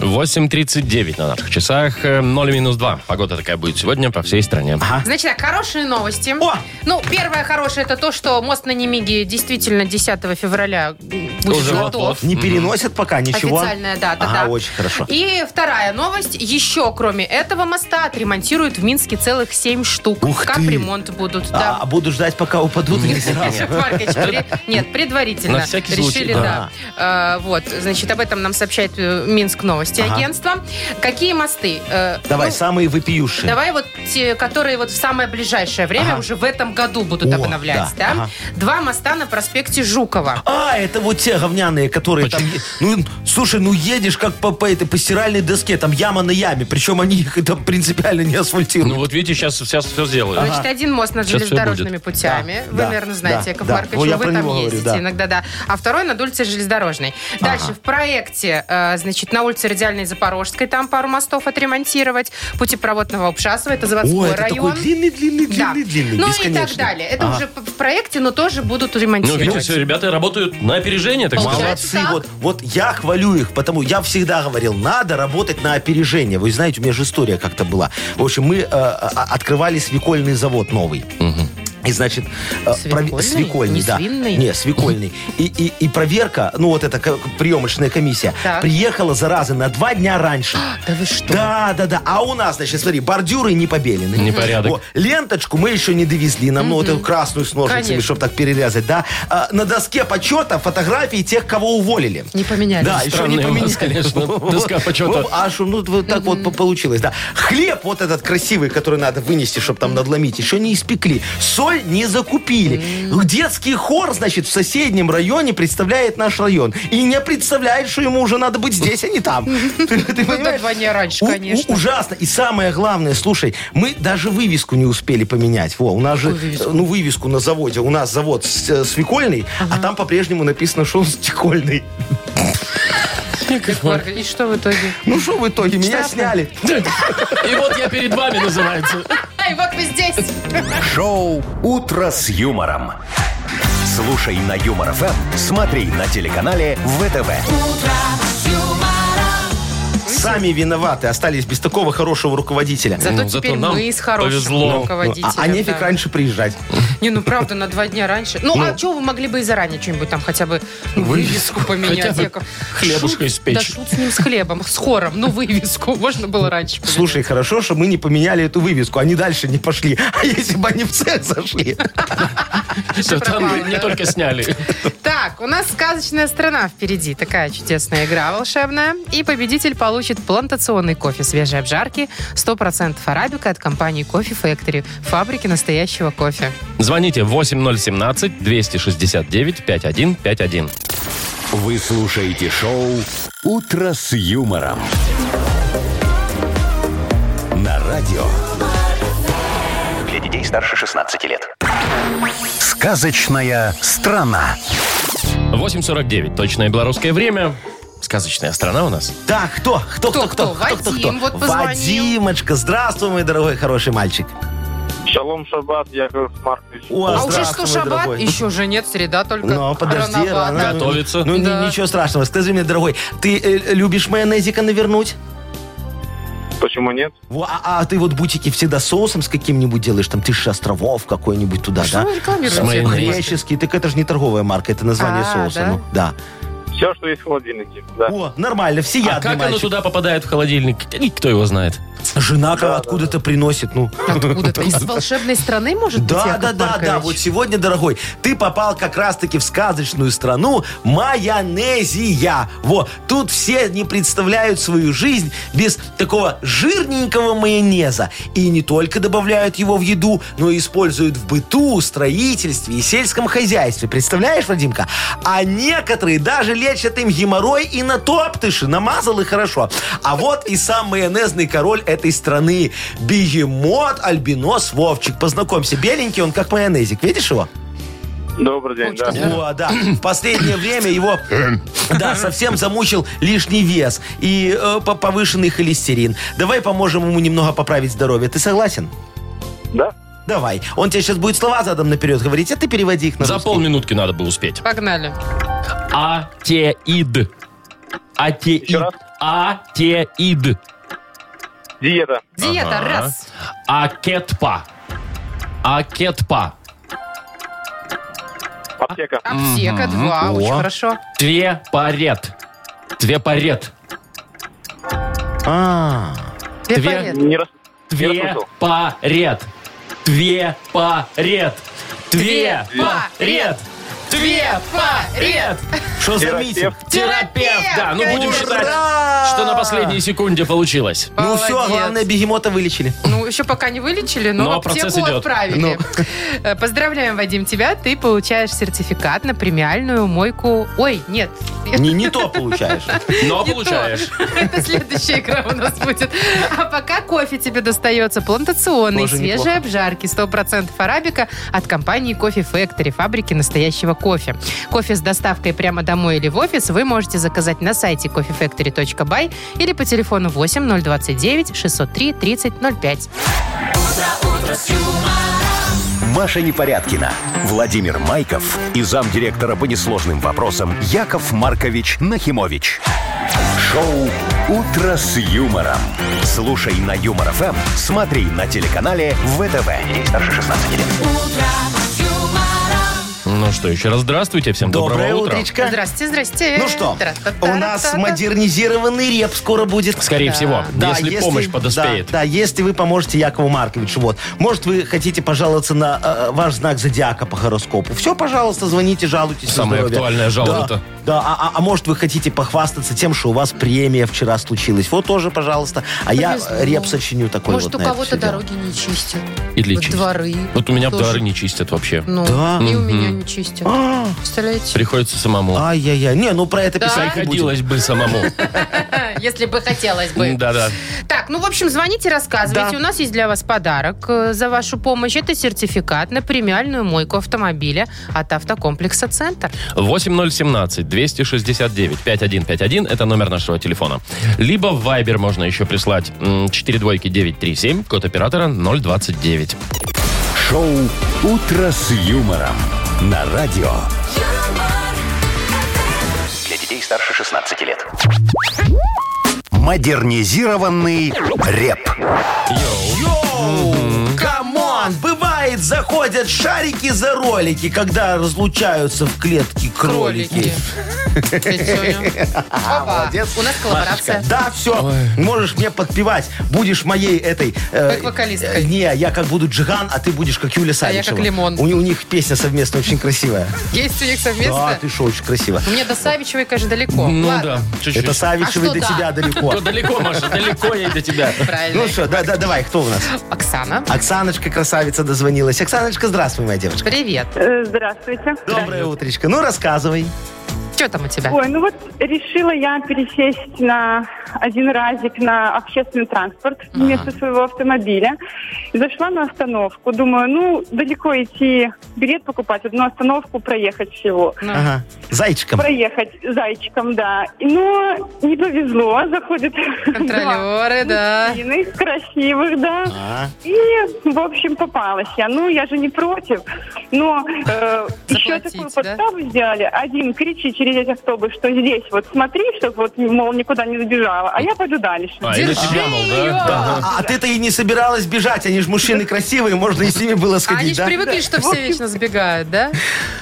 8.39 на наших часах. э, 0 минус 2. Погода такая будет сегодня по всей стране. Значит так, хорошие новости. А? О! Ну, первое хорошее это то, что мост на Немиге действительно 10 февраля будет Уже готов. вот-вот. Не переносят пока ничего. Официальная дата, Ага, да. очень хорошо. И вторая новость. Еще, кроме этого моста, отремонтируют в Минске целых 7 штук. Ух ты! Капремонт будут, А, да. а буду ждать, пока упадут [laughs] или сразу. Яков Маркович, пре- Нет, предварительно. На всякий Решили, случай, да. да. Э, вот, значит, об этом нам сообщает э, Минск новости Ага. агентство. Какие мосты? Э, Давай, ну, самые вопиющие. Давай вот те, которые вот в самое ближайшее время Ага. уже в этом году будут О, обновлять, да? да, ага. Два моста на проспекте Жукова. А, это вот те те говняные, которые там... е- Ну, слушай, ну едешь как по, по этой по стиральной доске, там яма на яме, причем они их там принципиально не асфальтируют. Ну вот видите, сейчас, сейчас все сделаю. Значит, один мост над Сейчас всё железнодорожными будет. путями. Да, вы, да, наверное, знаете, да, Яков да. Маркович, Во, я вы про там него говорю, ездите да. иногда, да. А второй над улицей Железнодорожной. Дальше в проекте, э, значит, на улице Радиальной Запорожской там пару мостов отремонтировать. Путепроводного Обшасова, это заводской Ой, это район. такой длинный-длинный-длинный-длинный, Да. ну и бесконечный. так далее. Это Ага. уже п- в проекте, но тоже будут Ну, видите, ремонтировать. все, ребята работают на опережение, так Молодцы. сказать. Получается Молодцы, так. вот, вот я хвалю их, потому я всегда говорил, надо работать на опережение. Вы знаете, у меня же история как-то была. В общем, мы э, а- открывали свекольный завод новый. И значит, э, Свекольный? пров- свекольный, Не да. свинный? Не, свекольный. И, и, и проверка, ну вот эта ко- приемочная комиссия, Так. приехала, зараза, на два дня [gasps] раньше. Да вы что? Да, да, да. А у нас, значит, смотри, бордюры не побелены. Непорядок. Во, ленточку мы еще не довезли. Нам ну, вот эту красную с ножницами, Конечно. чтобы так перерезать, да. А, на доске почета фотографии тех, кого уволили. Не поменяли. Да, еще не Странная у поменяли. вас, конечно, [laughs] доска почета. Ну, Аж, ну, вот так вот по- получилось, да. Хлеб вот этот красивый, который надо вынести, чтобы там надломить, еще не испекли. Соль не закупили. Детский хор, значит, в соседнем районе представляет наш район. И не представляет, что ему уже надо быть здесь, а [laughs] не там. Ты ты Ну, да, понимаешь? два дня раньше, У- у- конечно. Ужасно. И самое главное, слушай, мы даже вывеску не успели поменять. Во, у нас же, э, ну, вывеску на заводе. У нас завод с- э, свекольный, а там по-прежнему написано, что он стекольный. Яков Маркович, И что в итоге? Ну, что в итоге? Меня Штрафы. сняли. И вот я перед вами называется. Ай, вот вы здесь. Шоу «Утро с юмором». Слушай на Юмор ФМ, смотри на телеканале ВТВ. Сами виноваты, остались без такого хорошего руководителя. Зато Ну, зато теперь нам мы с хорошим повезло. А, руководителем. а нефиг да. раньше приезжать. Не, ну правда, на два дня раньше. Ну, а что вы могли бы и заранее что-нибудь там хотя бы ну, вывеску Хотя поменять? бы Яков? хлебушка Шут- испечь. Да шут с ним, с хлебом, с хором. Ну, вывеску можно было раньше поменять. Слушай, хорошо, что мы не поменяли эту вывеску. Они дальше не пошли. [laughs] А если бы они в цех зашли? Всё, пропало, Там не да. только сняли. Так, у нас сказочная страна впереди. Такая чудесная игра волшебная. И победитель получит плантационный кофе свежей обжарки, 100% арабика от компании Coffee Factory, фабрики настоящего кофе. Звоните 8017-269-5151. Вы слушаете шоу «Утро с юмором». На радио Для детей старше 16 лет. «Сказочная страна». 8.49. Точное белорусское время. Сказочная страна у нас. Да, кто? Кто, кто, Кто, кто? кто? Вадим вот позвонил. Вадимочка, здравствуй, мой дорогой хороший мальчик. Шалом шаббат, Яков Маркович. О, а уже что, здравствуй, мой шаббат? дорогой. Еще же нет, среда только. Ну, подожди, Рановато. рано. Готовится. Ну, ни- Да. ничего страшного. Скажи мне, дорогой, ты э, любишь майонезика навернуть? Почему нет? Во, а, а ты вот бутики всегда соусом с каким-нибудь делаешь? Там тысяча островов какой-нибудь туда, Что да? вы рекламируете? С Яков майонезом. Маркович? Греческий, так это же не торговая марка, это название А, соуса. да? ну, да. Все, что есть в холодильнике. Да. О, нормально, А всеядный как оно мальчик. туда попадает в холодильник? Кто его знает? Жена как откуда-то приносит, ну. [laughs] Откуда-то? Из волшебной страны, может быть, Да, Яков да, да, да. Маркович? Вот сегодня, дорогой, ты попал как раз-таки в сказочную страну майонезия. Вот. Тут все не представляют свою жизнь без такого жирненького майонеза. И не только добавляют его в еду, но и используют в быту, строительстве и сельском хозяйстве. Представляешь, Вадимка? А некоторые даже лечат им геморрой и на топтыши. Намазал и хорошо. А вот и сам майонезный король этой страны. Бегемот Альбинос Вовчик. Познакомься. Беленький он, как майонезик. Видишь его? Добрый день, да. О, да. В последнее время его да, совсем замучил лишний вес и э, по- повышенный холестерин. Давай поможем ему немного поправить здоровье. Ты согласен? Да? Давай. Он тебе сейчас будет слова задом наперед говорить, а ты переводи их на За русский. полминутки надо бы успеть. Погнали. Атеид. Атеид. Еще раз. Атеид. Диета. Диета, Ага. раз. Акетпа. Акетпа. Аптека. А? Аптека, два. О. Очень хорошо. Твепарет. Твепарет. А, Препарат. Не рас- не расслышал. Твепарет. Твепарет. Твепарет. Твепарет. Трепарет! Что за Терапевт. митинг? Терапевт! Да, ну будем Ура! считать, что на последней секунде получилось. Ну все, Молодец. главное, бегемота вылечили. Ну, еще пока не вылечили, но, Но Ну, а в аптеку процесс идет. отправили. Э, Поздравляем, Вадим, тебя. Ты получаешь сертификат на премиальную мойку... Ой, нет. Не, не то получаешь. Но Не получаешь. то. Это следующая игра у нас будет. А пока кофе тебе достается плантационный, Тоже неплохо. свежие обжарки, 100% арабика от компании Coffee Factory, фабрики настоящего кофе. Кофе с доставкой прямо домой или в офис вы можете заказать на сайте coffeefactory.by или по телефону 8 029 603 3005. Маша Непорядкина, Владимир Майков и замдиректора по несложным вопросам Яков Маркович Нахимович. Шоу «Утро с юмором». Слушай на Юмор ФМ, смотри на телеканале ВТВ. Здесь старше 16 лет. Ну что, еще раз здравствуйте, всем доброго [laughs] Доброе утра. утречко. Здрасте, здрасте. Ну что, Тра-та-та-та-та. у нас модернизированный реп скоро будет. Скорее всего, Да, если, помощь подоспеет. Да, да, если вы поможете Якову Марковичу. Вот. Может, вы хотите пожаловаться на э, ваш знак зодиака по гороскопу. Все, пожалуйста, звоните, жалуйтесь. на Самая здоровье. актуальная жалоба-то. Да, да. а, а- а может, вы хотите похвастаться тем, что у вас премия вчера случилась. Вот тоже, пожалуйста. А я Повезло. э, реп сочиню такой Может, у вот на это кого-то всё дело. дороги не чистят. Или Вот чистят. Дворы. Вот у меня Тоже. дары не чистят вообще. Ну, Да? А! и у меня не чистят. Представляете? Приходится самому. Ай-яй-яй. Не, ну про это писать не будем. Приходилось бы самому. А, Если бы хотелось бы. Да-да. Так, ну, в общем, звоните, рассказывайте. У нас есть для вас подарок э, за вашу помощь. Это сертификат на премиальную мойку автомобиля от автокомплекса «Центр». 8017-269-5151 это номер нашего телефона. Либо в Viber можно еще прислать 4 двойки 937, код оператора 029. Шоу «Утро с юмором» на радио. Для детей старше 16 лет. Модернизированный реп. Йоу, камон, бывает, заходят шарики за ролики, когда разлучаются в клетке кролики. [laughs] Опа, У нас коллаборация. Да, все, можешь мне подпевать. Будешь моей этой... э, Как вокалисткой. э, Не, я как буду Джиган, а ты будешь как Юля Савичева. как Лимон. У, у них песня совместная очень красивая. Есть у них Да, совместно? ты что, очень красиво. У меня до Савичевой, конечно, далеко. Ну да, Ладно. чуть-чуть. Это Савичева А до что тебя далеко. Ну, далеко, Маша, далеко я до тебя. Ну Правильно. что, да, да, давай, кто у нас? Оксана. Оксаночка, красавица, дозвонилась. Оксаночка, здравствуй, моя девочка. Привет. Э, Здравствуйте. Доброе утречко. Ну, рассказывай. Что там у тебя? Ой, ну вот решила я пересесть на один разик на общественный транспорт вместо своего автомобиля. Зашла на остановку. Думаю, ну, далеко идти билет покупать, одну остановку проехать всего. Ну, Ага. Зайчиком. Проехать зайчиком, да. Но не повезло. Заходит [laughs] ну, Контролеры, да. мужчины красивых, да. А. И, в общем, попалась я. Ну, я же не против. Но э, еще Заплатите, такую да? подставу сделали. Один кричит через весь автобус, что здесь вот смотри, чтобы вот, мол, никуда не забежала. А я пойду дальше. А, и до тебя, мол, да? ее! Да. А, а ты-то и не собиралась бежать, они же мужчины красивые, можно и с ними А было Они сходить, же да? привыкли, что все вечно сбегают, да?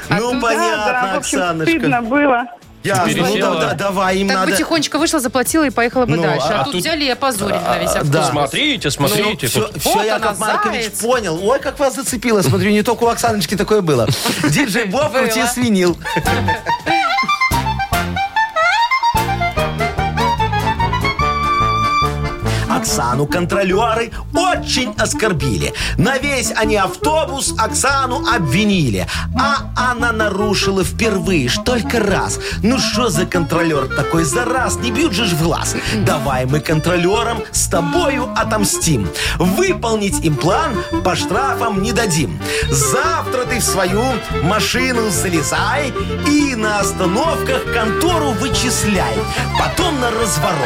А Ну, тут- Да, понятно, да, в общем, Оксаночка. стыдно было. Ясно, ну Пересела. да, да, давай, им Так бы надо... тихонечко вышла, заплатила и поехала бы Ну, дальше. а А тут тут- взяли и опозорили на весь а, автобус. да. Смотрите, смотрите. все, тут. Вот она, Ну, Яков Маркович заяц. понял. Ой, как вас зацепило. Смотрю, не только у Оксаночки такое [laughs] было. Диджей Боб Было. крути свинил. Оксану контролеры очень оскорбили. На весь они автобус Оксану обвинили. А она нарушила впервые, ж только раз. Ну что за контролер такой за раз? Не бьют же ж в глаз. Давай мы контролерам с тобою отомстим. Выполнить им план по штрафам не дадим. Завтра ты в свою машину залезай и на остановках контору вычисляй. Потом на разворот.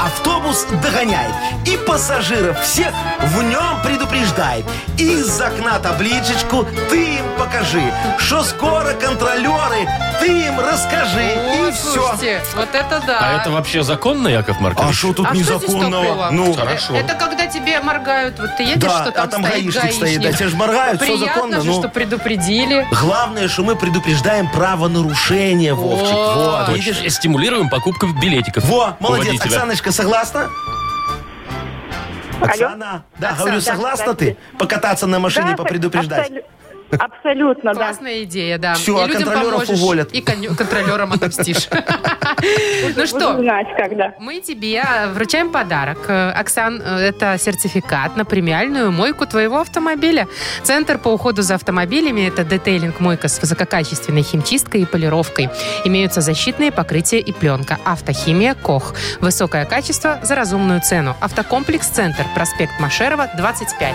Автобус догоняй. И пассажиров всех в нем предупреждай. Из окна табличечку ты им покажи, что скоро контролеры, ты им расскажи. О, и все. слушайте, вот это да. А это вообще законно, Яков Маркович? тут А что здесь такого? Ну, Хорошо. Это когда тебе моргают, вот ты едешь, да, что там, а там стоит гаишник стоит, да, тебе же моргают, все Приятно законно. же, ну. что предупредили. Главное, что мы предупреждаем правонарушение, Вовчик. А, Вот, точно. видишь? Стимулируем покупку билетиков. Во, молодец, Водителя. Оксаночка, согласна? Оксана, да, говорю, согласна ты покататься на машине, Да, попредупреждать? абсолю- Абсолютно, да. Классная идея, да. Всё, и а людям контролеров поможешь, уволят. и коню- контролерам [laughs] отомстишь. Ну Буду что, знать, когда. мы тебе э, вручаем подарок. Э, Оксан, э, это сертификат на премиальную мойку твоего автомобиля. Центр по уходу за автомобилями – это детейлинг-мойка с высококачественной химчисткой и полировкой. Имеются защитные покрытия и пленка. Автохимия «Кох». Высокое качество за разумную цену. Автокомплекс «Центр», проспект Машерова, 25.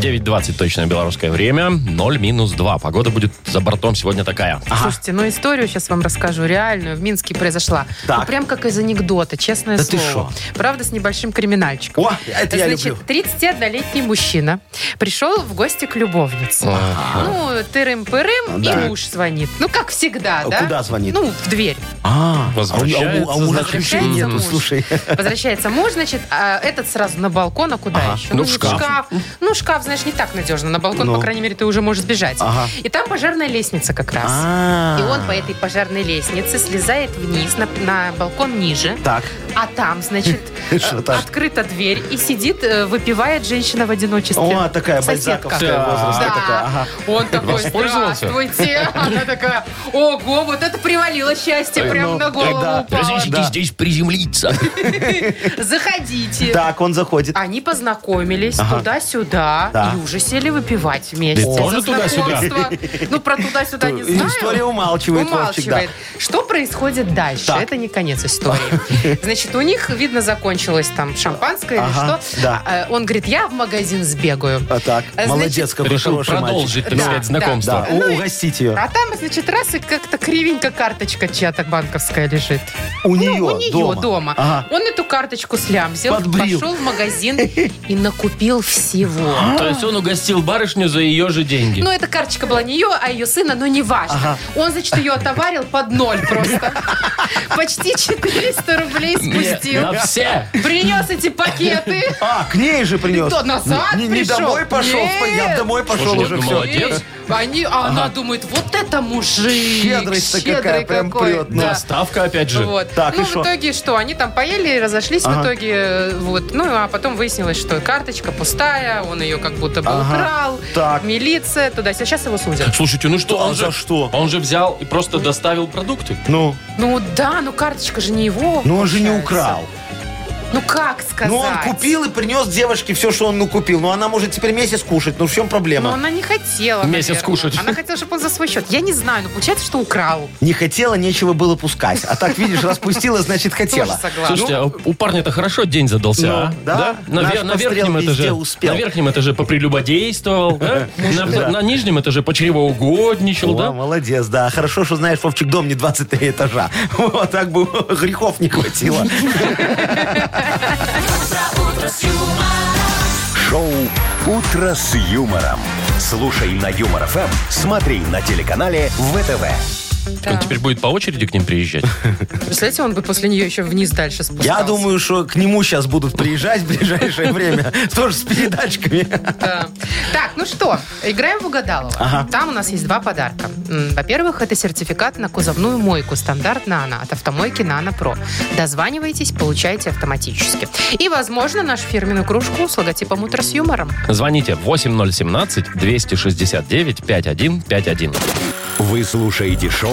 9.20 точное белорусское время, 0 минус 2. Погода будет за бортом сегодня такая. Слушайте, ну историю сейчас вам расскажу, реальную, в Минске произошла. Так. Ну, прям как из анекдота, честное Да ты слово. Правда, с небольшим криминальчиком. О, это я Значит, люблю. 31-летний мужчина пришел в гости к любовнице. Ну, тырым-пырым, Да. и муж звонит. Ну, как всегда, А да? куда звонит? Ну, в дверь. А, а у- Возвращается, а у мужа значит, ключей возвращается нету, муж. слушай. Возвращается муж, значит, а этот сразу на балкон, а куда еще? ну, не в шкаф. Ну, шкаф, знаешь, не так надежно. На балкон, Ну. по крайней мере, ты уже можешь сбежать. Ага. И там пожарная лестница как раз. А. И он по этой пожарной лестнице слезает вниз, на, на балкон ниже. Так, А там, значит, э, Шантаж. открыта дверь и сидит, э, выпивает женщина в одиночестве. о, такая Соседка. бальзаковская возраста Да. такая, ага. Он такой, Воспользовался? здравствуйте. [laughs] Она такая, ого, вот это привалило счастье, прям на голову ну, да. упало. Да. здесь приземлиться. Заходите. Так, он заходит. Они познакомились туда-сюда Да. и уже сели выпивать вместе. Да тоже За знакомство. Ну, про туда-сюда не знаю. История умалчивает, Вовчик, да. Умалчивает. Что происходит дальше? Так. Это не конец [laughs] истории. Значит, у них, видно, закончилось там шампанское или Ага, что. да. Э, Он говорит, я в магазин сбегаю. А так, Э, Значит, молодец, какой Решил хороший мальчик. продолжить, так Да, сказать, да. знакомство. Да, у- угостить ее. А там, значит, раз и как-то кривенько карточка чья-то банковская лежит. У Ну, у нее нее дома. дома. Ага. Он эту карточку слямзил, Подбрил. пошел в [laughs] магазин и накупил всего. А? То есть он угостил барышню за ее же деньги. Ну, эта карточка была не ее, а ее сына, но не важно. Он, значит, ее отоварил под ноль [laughs] просто. Почти 400 рублей спустил. На все. Принес эти пакеты. А, к ней же принес. Кто, назад не, не пришел? домой пошел, Нет. я домой пошел Слушай, уже ну, все. молодец. И Они, а она думает, вот это мужик. Щедрость-то щедрый какая, прям какой, прет, ну. да. Ставка опять же. Вот. Так, ну, и в шо? итоге что? Они там поели и разошлись в Ага. итоге. э, Вот. Ну, а потом выяснилось, что карточка пустая, он ее как будто бы Ага. украл. Так. Милиция туда. Сейчас его судят. Слушайте, ну что, А он за же... что? Он же взял и просто доставил продукты. Ну, Ну да, ну карточка же не его. но он же не получается. украл. Ну как сказать? Ну, он купил и принес девушке все, что он накупил. Ну, она может теперь месяц кушать. Ну, в чем Но проблема? она не хотела. Месяц наверное. кушать. Она хотела, чтобы он за свой счет. Я не знаю, но получается, что украл. Не хотела, нечего было пускать. А так, видишь, распустила, значит, хотела. Тоже согласна. Слушайте, а у парня-то хорошо день задался, Ну, а? да. На, Наш ве- на пострел верхнем везде этаже. успел. На верхнем этаже попрелюбодействовал, [laughs] да? На, на нижнем этаже почревоугодничал, О, да? молодец, да. Хорошо, что знаешь, Вовчик, дом не 23 этажа. [laughs] Вот так бы грехов [laughs] не хватило. Шоу «Утро с юмором». Слушай на Юмор ФМ, смотри на телеканале ВТВ. Ну, а Он теперь будет по очереди к ним приезжать. Представляете, он бы после нее еще вниз дальше спускался. Я думаю, что к нему сейчас будут приезжать в ближайшее время. Тоже с передачками. Да. Так, ну что, играем в угадалово. Там у нас есть два подарка. М, Во-первых, это сертификат на кузовную мойку стандарт «Нано» от автомойки «Нано Про». Дозванивайтесь, получаете автоматически. И, возможно, нашу фирменную кружку с логотипом «Утро с юмором». Звоните 8017-269-5151. Вы слушаете шоу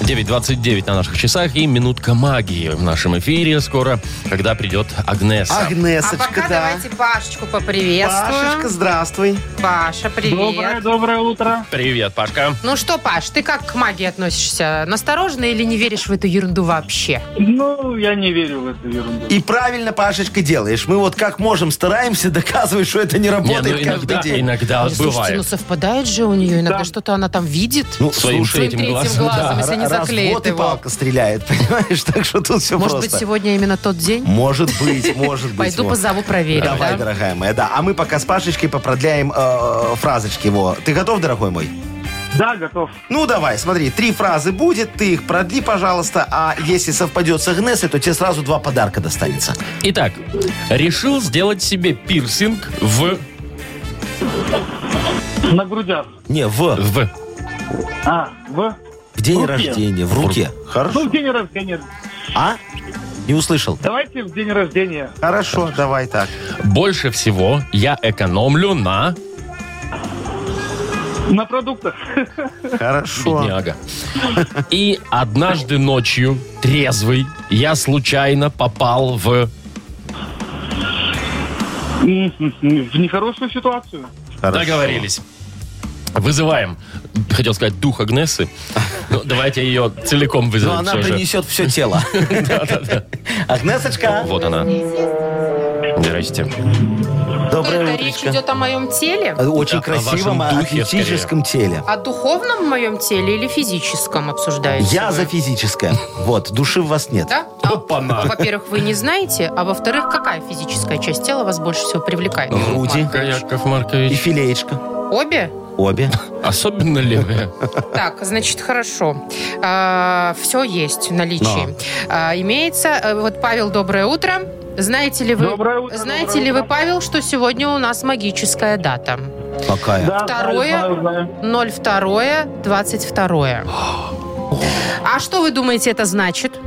9.29 на наших часах и минутка магии в нашем эфире скоро, когда придет Агнеса. А пока Агнесочка, да. давайте Пашечку поприветствуем. Пашечка, здравствуй. Паша, привет. доброе утро. Привет, Пашка. Ну что, Паш, ты как к магии относишься? Насторожно или не веришь в эту ерунду вообще? Ну, я не верю в эту ерунду. И правильно, Пашечка, делаешь. Мы вот как можем стараемся доказывать, что это не Не, ну работает иногда, каждый день. иногда Слушайте, ну А, бывает. совпадает же у нее. Иногда что-то она там видит. Ну, Своим слушай, третьим глазом, да. если не раз заклеит в год А, и его. палка стреляет, [laughs] понимаешь? Так что тут все Может просто. быть, сегодня именно тот день? Может быть, может быть. Пойду вот. позову, проверю. Давай, да? дорогая моя, да. А мы пока с Пашечкой попродляем э, фразочки его. Ты готов, дорогой мой? Да, готов. Ну, давай, смотри, три фразы будет, ты их продли, пожалуйста, а если совпадет с Агнесой, то тебе сразу два подарка достанется. Итак, решил сделать себе пирсинг в... На грудях. Не, в. В. А, в? В день руке. рождения, в руке. Хорошо. Ну, в день рождения. А? Не услышал. Давайте в день рождения. Хорошо, давай так. Больше всего я экономлю на На продуктах. [laughs] Хорошо. бедняга. И однажды ночью, трезвый, я случайно попал в... М, м, м, В нехорошую ситуацию. Хорошо. Договорились. Вызываем, хотел сказать, дух Агнесы. Ну, давайте ее Ну, целиком Но вызовем Ну, она всё же. [laughs] принесет все тело. Агнесочка, Вот она. Здрасте. доброе Только речь утречко. идет о моем теле? Э, Очень о вашем красивом, о духе скорее. физическом теле. О духовном моем теле или физическом обсуждаете? Я вы? за физическое. Вот, души в вас нет. Да? А, Во-первых, вы не знаете, а во-вторых, какая физическая часть тела вас больше всего привлекает? Груди. Марк? Яков И Маркович. филеечка. Обе? Обе. Особенно левая. Так, значит, хорошо. все есть в наличии. А, имеется. э, Вот Павел, доброе утро. Знаете ли вы, Доброе утро, знаете доброе ли вы, утро. Павел, что сегодня у нас магическая дата? Какая? Да, Второе. знаю, знаю, 02 знаю. 22 А что вы думаете это значит? Не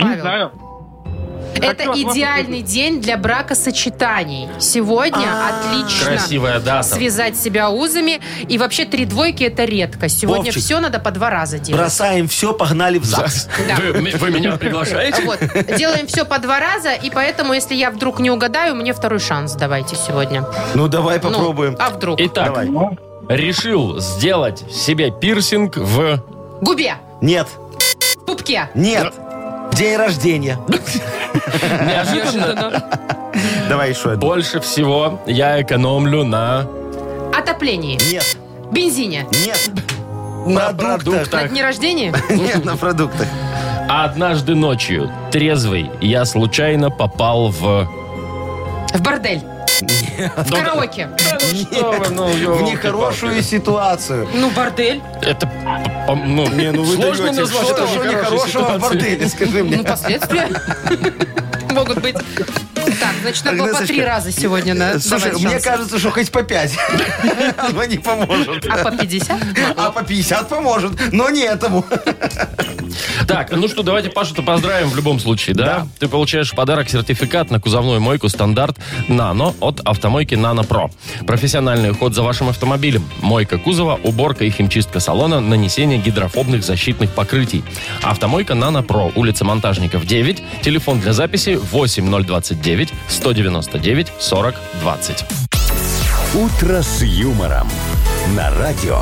Павел, знаю. это Хочу от вас идеальный день для бракосочетаний. Сегодня отлично Красивая дата. связать себя узами. И вообще три двойки это редкость. Сегодня Вовчик, все надо по два раза делать. Бросаем все, погнали в ЗАГС. Да. Вы, м- вы меня приглашаете? Вот, [laughs] делаем все по два раза, и поэтому, если я вдруг не угадаю, мне второй шанс давайте сегодня. Ну, давай Ну, попробуем. а вдруг? Итак, Давай. решил сделать себе пирсинг в... Губе, Нет, в пупке. нет. День рождения. Неожиданно. Давай еще одну. Больше всего я экономлю на... Отоплении. Нет, Бензине. нет. На продуктах. На дне рождения? Нет, на продуктах. А однажды ночью, трезвый, я случайно попал в... В бордель. В караоке. В нехорошую ситуацию. Ну, бордель. Это, п- п- ну, сложно даете. назвать Что это ж у нехорошей нехорошего в ситуацией. борделе, скажи Ну, мне. последствия [laughs] могут быть. Так, значит, надо было по три Агнесочка, раза сегодня на Слушай, давать мне шанс. кажется, что хоть по пять. Оно не поможет. А по 50? [laughs] А по 50 поможет, но не этому. Так, ну что, давайте Пашу-то поздравим в любом случае, да? Да. Ты получаешь в подарок сертификат на кузовную мойку стандарт «Нано» от автомойки «Нано Про». Профессиональный уход за вашим автомобилем. Мойка кузова, уборка и химчистка салона, нанесение гидрофобных защитных покрытий. Автомойка «Нано Про», улица Монтажников, 9. Телефон для записи 8029 199 40 20. «Утро с юмором» на радио.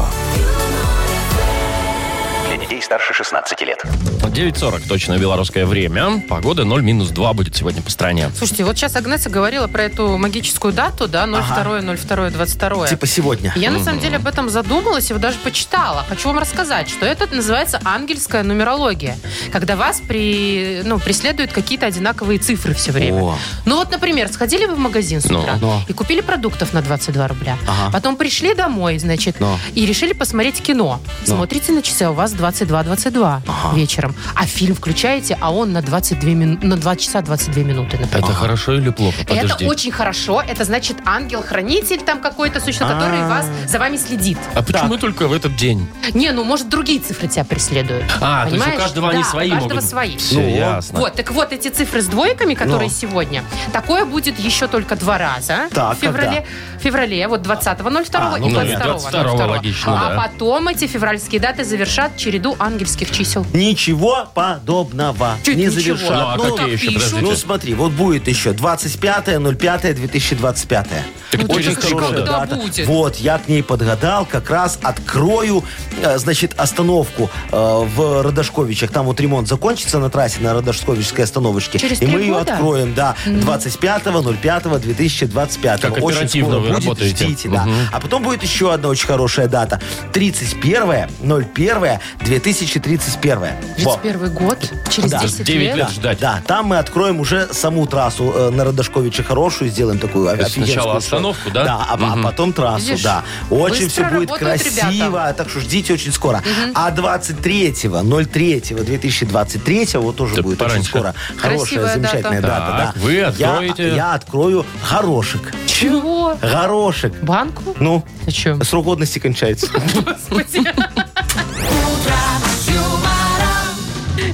Для детей старше 16 лет. 9.40 точное белорусское время. Погода 0 минус 2 будет сегодня по стране. Слушайте, вот сейчас Агнеса говорила про эту магическую дату, да, 02, 02, 22. [laughs] Типа сегодня. Я на самом деле об этом задумалась и вот даже почитала. Хочу вам рассказать, что это называется ангельская нумерология, когда вас при, ну, преследуют какие-то одинаковые цифры все время. О. Ну вот, например, сходили вы в магазин с Ну. утра Ну. и купили продуктов на 22 рубля. Ага. Потом пришли домой, значит, Ну. и решили посмотреть кино. Ну. Смотрите на часы, а у вас 22-22 Ага. вечером. А фильм включаете, а он на, 22 мин- на 2 часа 22 минуты, например. Это хорошо или плохо? Подожди. Это очень хорошо. Это значит ангел-хранитель там какой-то, существо, который вас за вами следит. А почему только в этот день? Не, ну может другие цифры тебя преследуют. А, то есть у Понимаешь? каждого они Да, свои У каждого могут. свои. Все Ну, ясно. Вот, так вот, эти цифры с двойками, которые Ну. сегодня, такое будет еще только два раза Так, в феврале. В феврале, вот 20.02 А, и ну, 22.02. понятно. 22-го логично, а да. потом эти февральские даты завершат череду ангельских чисел. Ничего подобного. Чуть не ничего. завершат. Ну, а какие еще, пишут. подождите? Ну смотри, вот будет еще 25.05.2025. Так Ну, через так три что года. тогда? будет? Вот, я к ней подгадал, как раз открою, э, значит, остановку э, в Родошковичах. Там вот ремонт закончится на трассе на Родошковичской остановочке. Через и три мы ее года? откроем, да, 25.05.2025. Как Очень оперативно скоро вы будет, работаете. ждите, да. Мгм. А потом будет еще одна очень хорошая дата. 31.01.2025 2031. Во. 31 год, через Да. 10 9 лет. лет ждать. Да, там мы откроем уже саму трассу э, на Родошковича хорошую, сделаем такую есть офигенскую сначала шоу. остановку, да? Да, а, а потом трассу, Видишь, да. Очень все быстро будет работают красиво, ребята. так что ждите очень скоро. А 23-го, 03-го, 2023 вот тоже Да, будет пораньше. очень скоро. Хорошая, Красивая замечательная дата. дата. Так, да. вы Я- откроете- Я, открою горошек. Чего? Горошек. Банку? Ну, Зачем? срок годности кончается.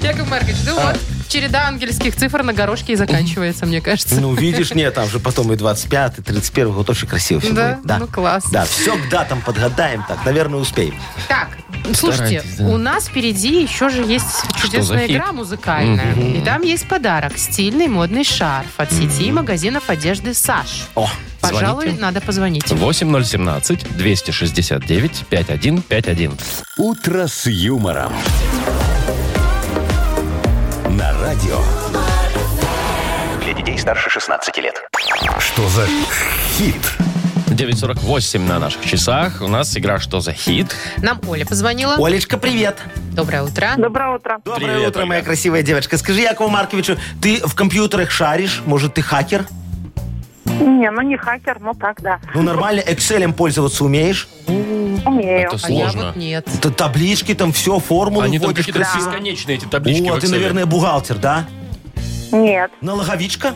Яков Маркович, ну А. вот, череда ангельских цифр на горошке и заканчивается, мне кажется. Ну, видишь, нет, там же потом и 25, и 31 год очень красиво все Да? будет. Да, Ну, класс. Да, все к датам подгадаем так, наверное, успеем. Так, слушайте, Старайтесь, да. у нас впереди еще же есть за чудесная хит? игра музыкальная. И там есть подарок. Стильный модный шарф от сети магазинов одежды «Саш». О, Пожалуй, звоните. надо позвонить. 8017 269 5151. «Утро с юмором». На радио. Для детей старше 16 лет. Что за хит? 948 на наших часах. У нас игра «Что за хит?» Нам Оля позвонила. Олечка, привет. Доброе утро. Доброе утро. Доброе Привет, утро, Ольга. моя красивая девочка. Скажи, Якову Марковичу, ты в компьютерах шаришь? Может, ты хакер? Не, ну не хакер, но так, да. Ну, нормально, Excel пользоваться умеешь? Умею. Это А я сложно. вот нет. Т- Таблички там, все, формулы Они там вводишь какие-то красиво. бесконечные, эти таблички О, в ты, Excel. наверное, бухгалтер, да? Нет. Налоговичка?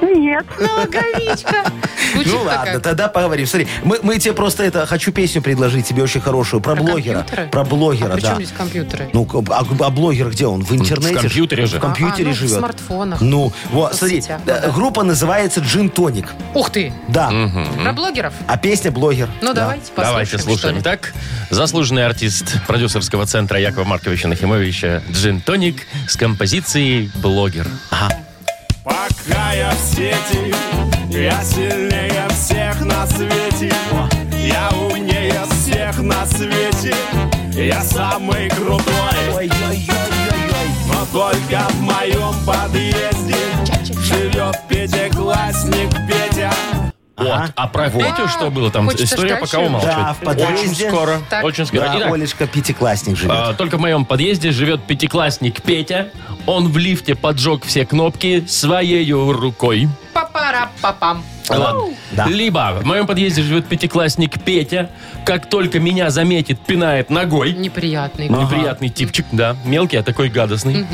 Нет. Налоговичка. Звучит-то ну ладно, Ну, как. тогда поговорим. Смотри, мы, мы тебе просто это, хочу песню предложить тебе очень хорошую, про, Про блогера. компьютеры? Про блогера, А при чем да. здесь компьютеры? Ну, к- а, а блогер где он? В интернете? ж? компьютере же. В компьютере А, ну, в живет. смартфонах. Ну, вот, В смотри, соцсетях, э, группа называется Джин Тоник. Ух ты, Да. про блогеров? А песня блогер. Ну, Да. давайте послушаем. Давайте слушаем. что ли. Итак, заслуженный артист продюсерского центра Якова Марковича Нахимовича Джин Тоник с композицией «Блогер». Пока я в сети, я сильнее всех на свете. Я умнее всех на свете. Я самый крутой. Но только в моем подъезде живет пятиклассник Петя. Вот. А про Петю что было там? Хочется История ждать пока еще? умолчит. Да, Очень в подъезде. скоро. Так. Очень скоро. Да, Итак, Олечка пятиклассник живет. а, только в моем подъезде живет пятиклассник Петя. Он в лифте поджег все кнопки своей рукой. Папара-папам. Ладно. Да. Либо в моем подъезде живет пятиклассник Петя. Как только меня заметит, пинает ногой. Неприятный. Ну, Неприятный типчик, да. Мелкий, а такой гадостный.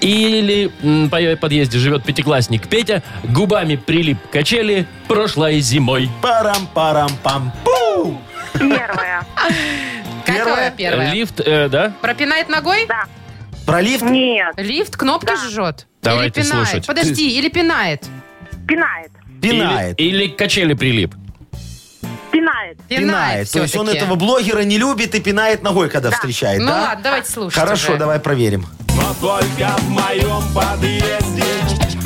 Или м, по ее подъезде живет пятиклассник Петя, губами прилип к качели прошлой зимой. Парам-парам-пам. Пу! Первое. Какое Первое? первое? Лифт, э, да? Пропинает ногой? Про лифт? Нет. Лифт кнопки Да. жжет. Давайте или пинает. слушать. Подожди, или пинает. Пинает. Пинает. Или, или к качели прилип. Пинает. Пинает. То есть он всё-таки. этого блогера не любит и пинает ногой, когда встречает, Ну да? ладно, давайте слушать. Хорошо, уже. давай проверим. Но только в моем подъезде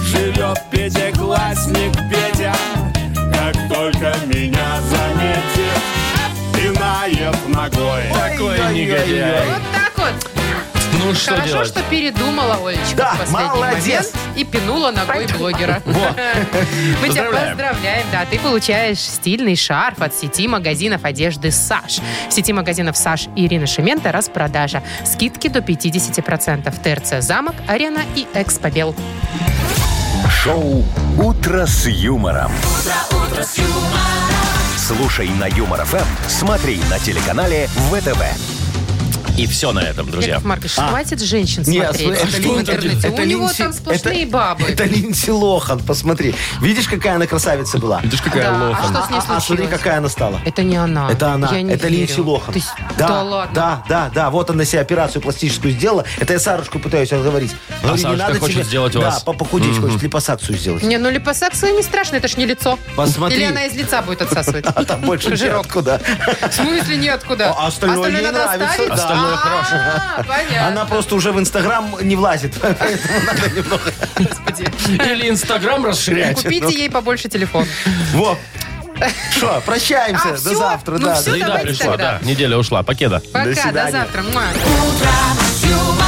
живет пятиклассник Петя. Как только меня заметит, пинает ногой. Такой негодяй. Вот так вот. Ну что Хорошо, делать? что передумала Олечка Да, в последний молодец. момент и пинула ногой [laughs] блогера. Мы тебя Поздравляем. поздравляем, да. Ты получаешь стильный шарф от сети магазинов одежды «Саш». В сети магазинов «Саш» и Ирина Шимента распродажа. Скидки до 50%. ТРЦ «Замок», «Арена» и «Экспобел». Шоу «Утро с юмором». Слушай на Юмор ФМ, смотри на телеканале ВТВ. И все на этом, друзья. Яков Маркович, хватит женщин А. Не, смотреть [laughs] это в Лин- интернете. это У него Линси- там сплошные это- бабы. Это Линдси Лохан, посмотри. Видишь, какая она красавица была? Видишь, какая Да, а лоха. что с ней А, а смотри, случилось? какая она стала. Это не она. Это она, Я не это верю. Линдси Лохан. Ты с- Да, да ладно. да, да, да, вот она себе операцию пластическую сделала. Это я Сарочку пытаюсь отговорить. Говорю, Сарочка хочет сделать у да, вас? по- похудеть хочет, липосакцию сделать. Не, ну липосакция не страшно, это ж не лицо. Посмотри. Или она из лица будет отсасывать. [laughs] А там больше Жирок. неоткуда. В смысле неоткуда? А остальное ей надо нравится, оставить? да. Остальное А, Она понятно. просто уже в Инстаграм не влазит. [laughs] Поэтому надо немного. Господи. Или Инстаграм расширять. ну. Купите ей побольше телефон. Вот. Что, прощаемся. А, До всё? завтра. Ну, да. всё, Еда давайте пришла, тогда. да. Неделя ушла. Покеда. Пока, до свидания. завтра. Муа. Утро с юмором.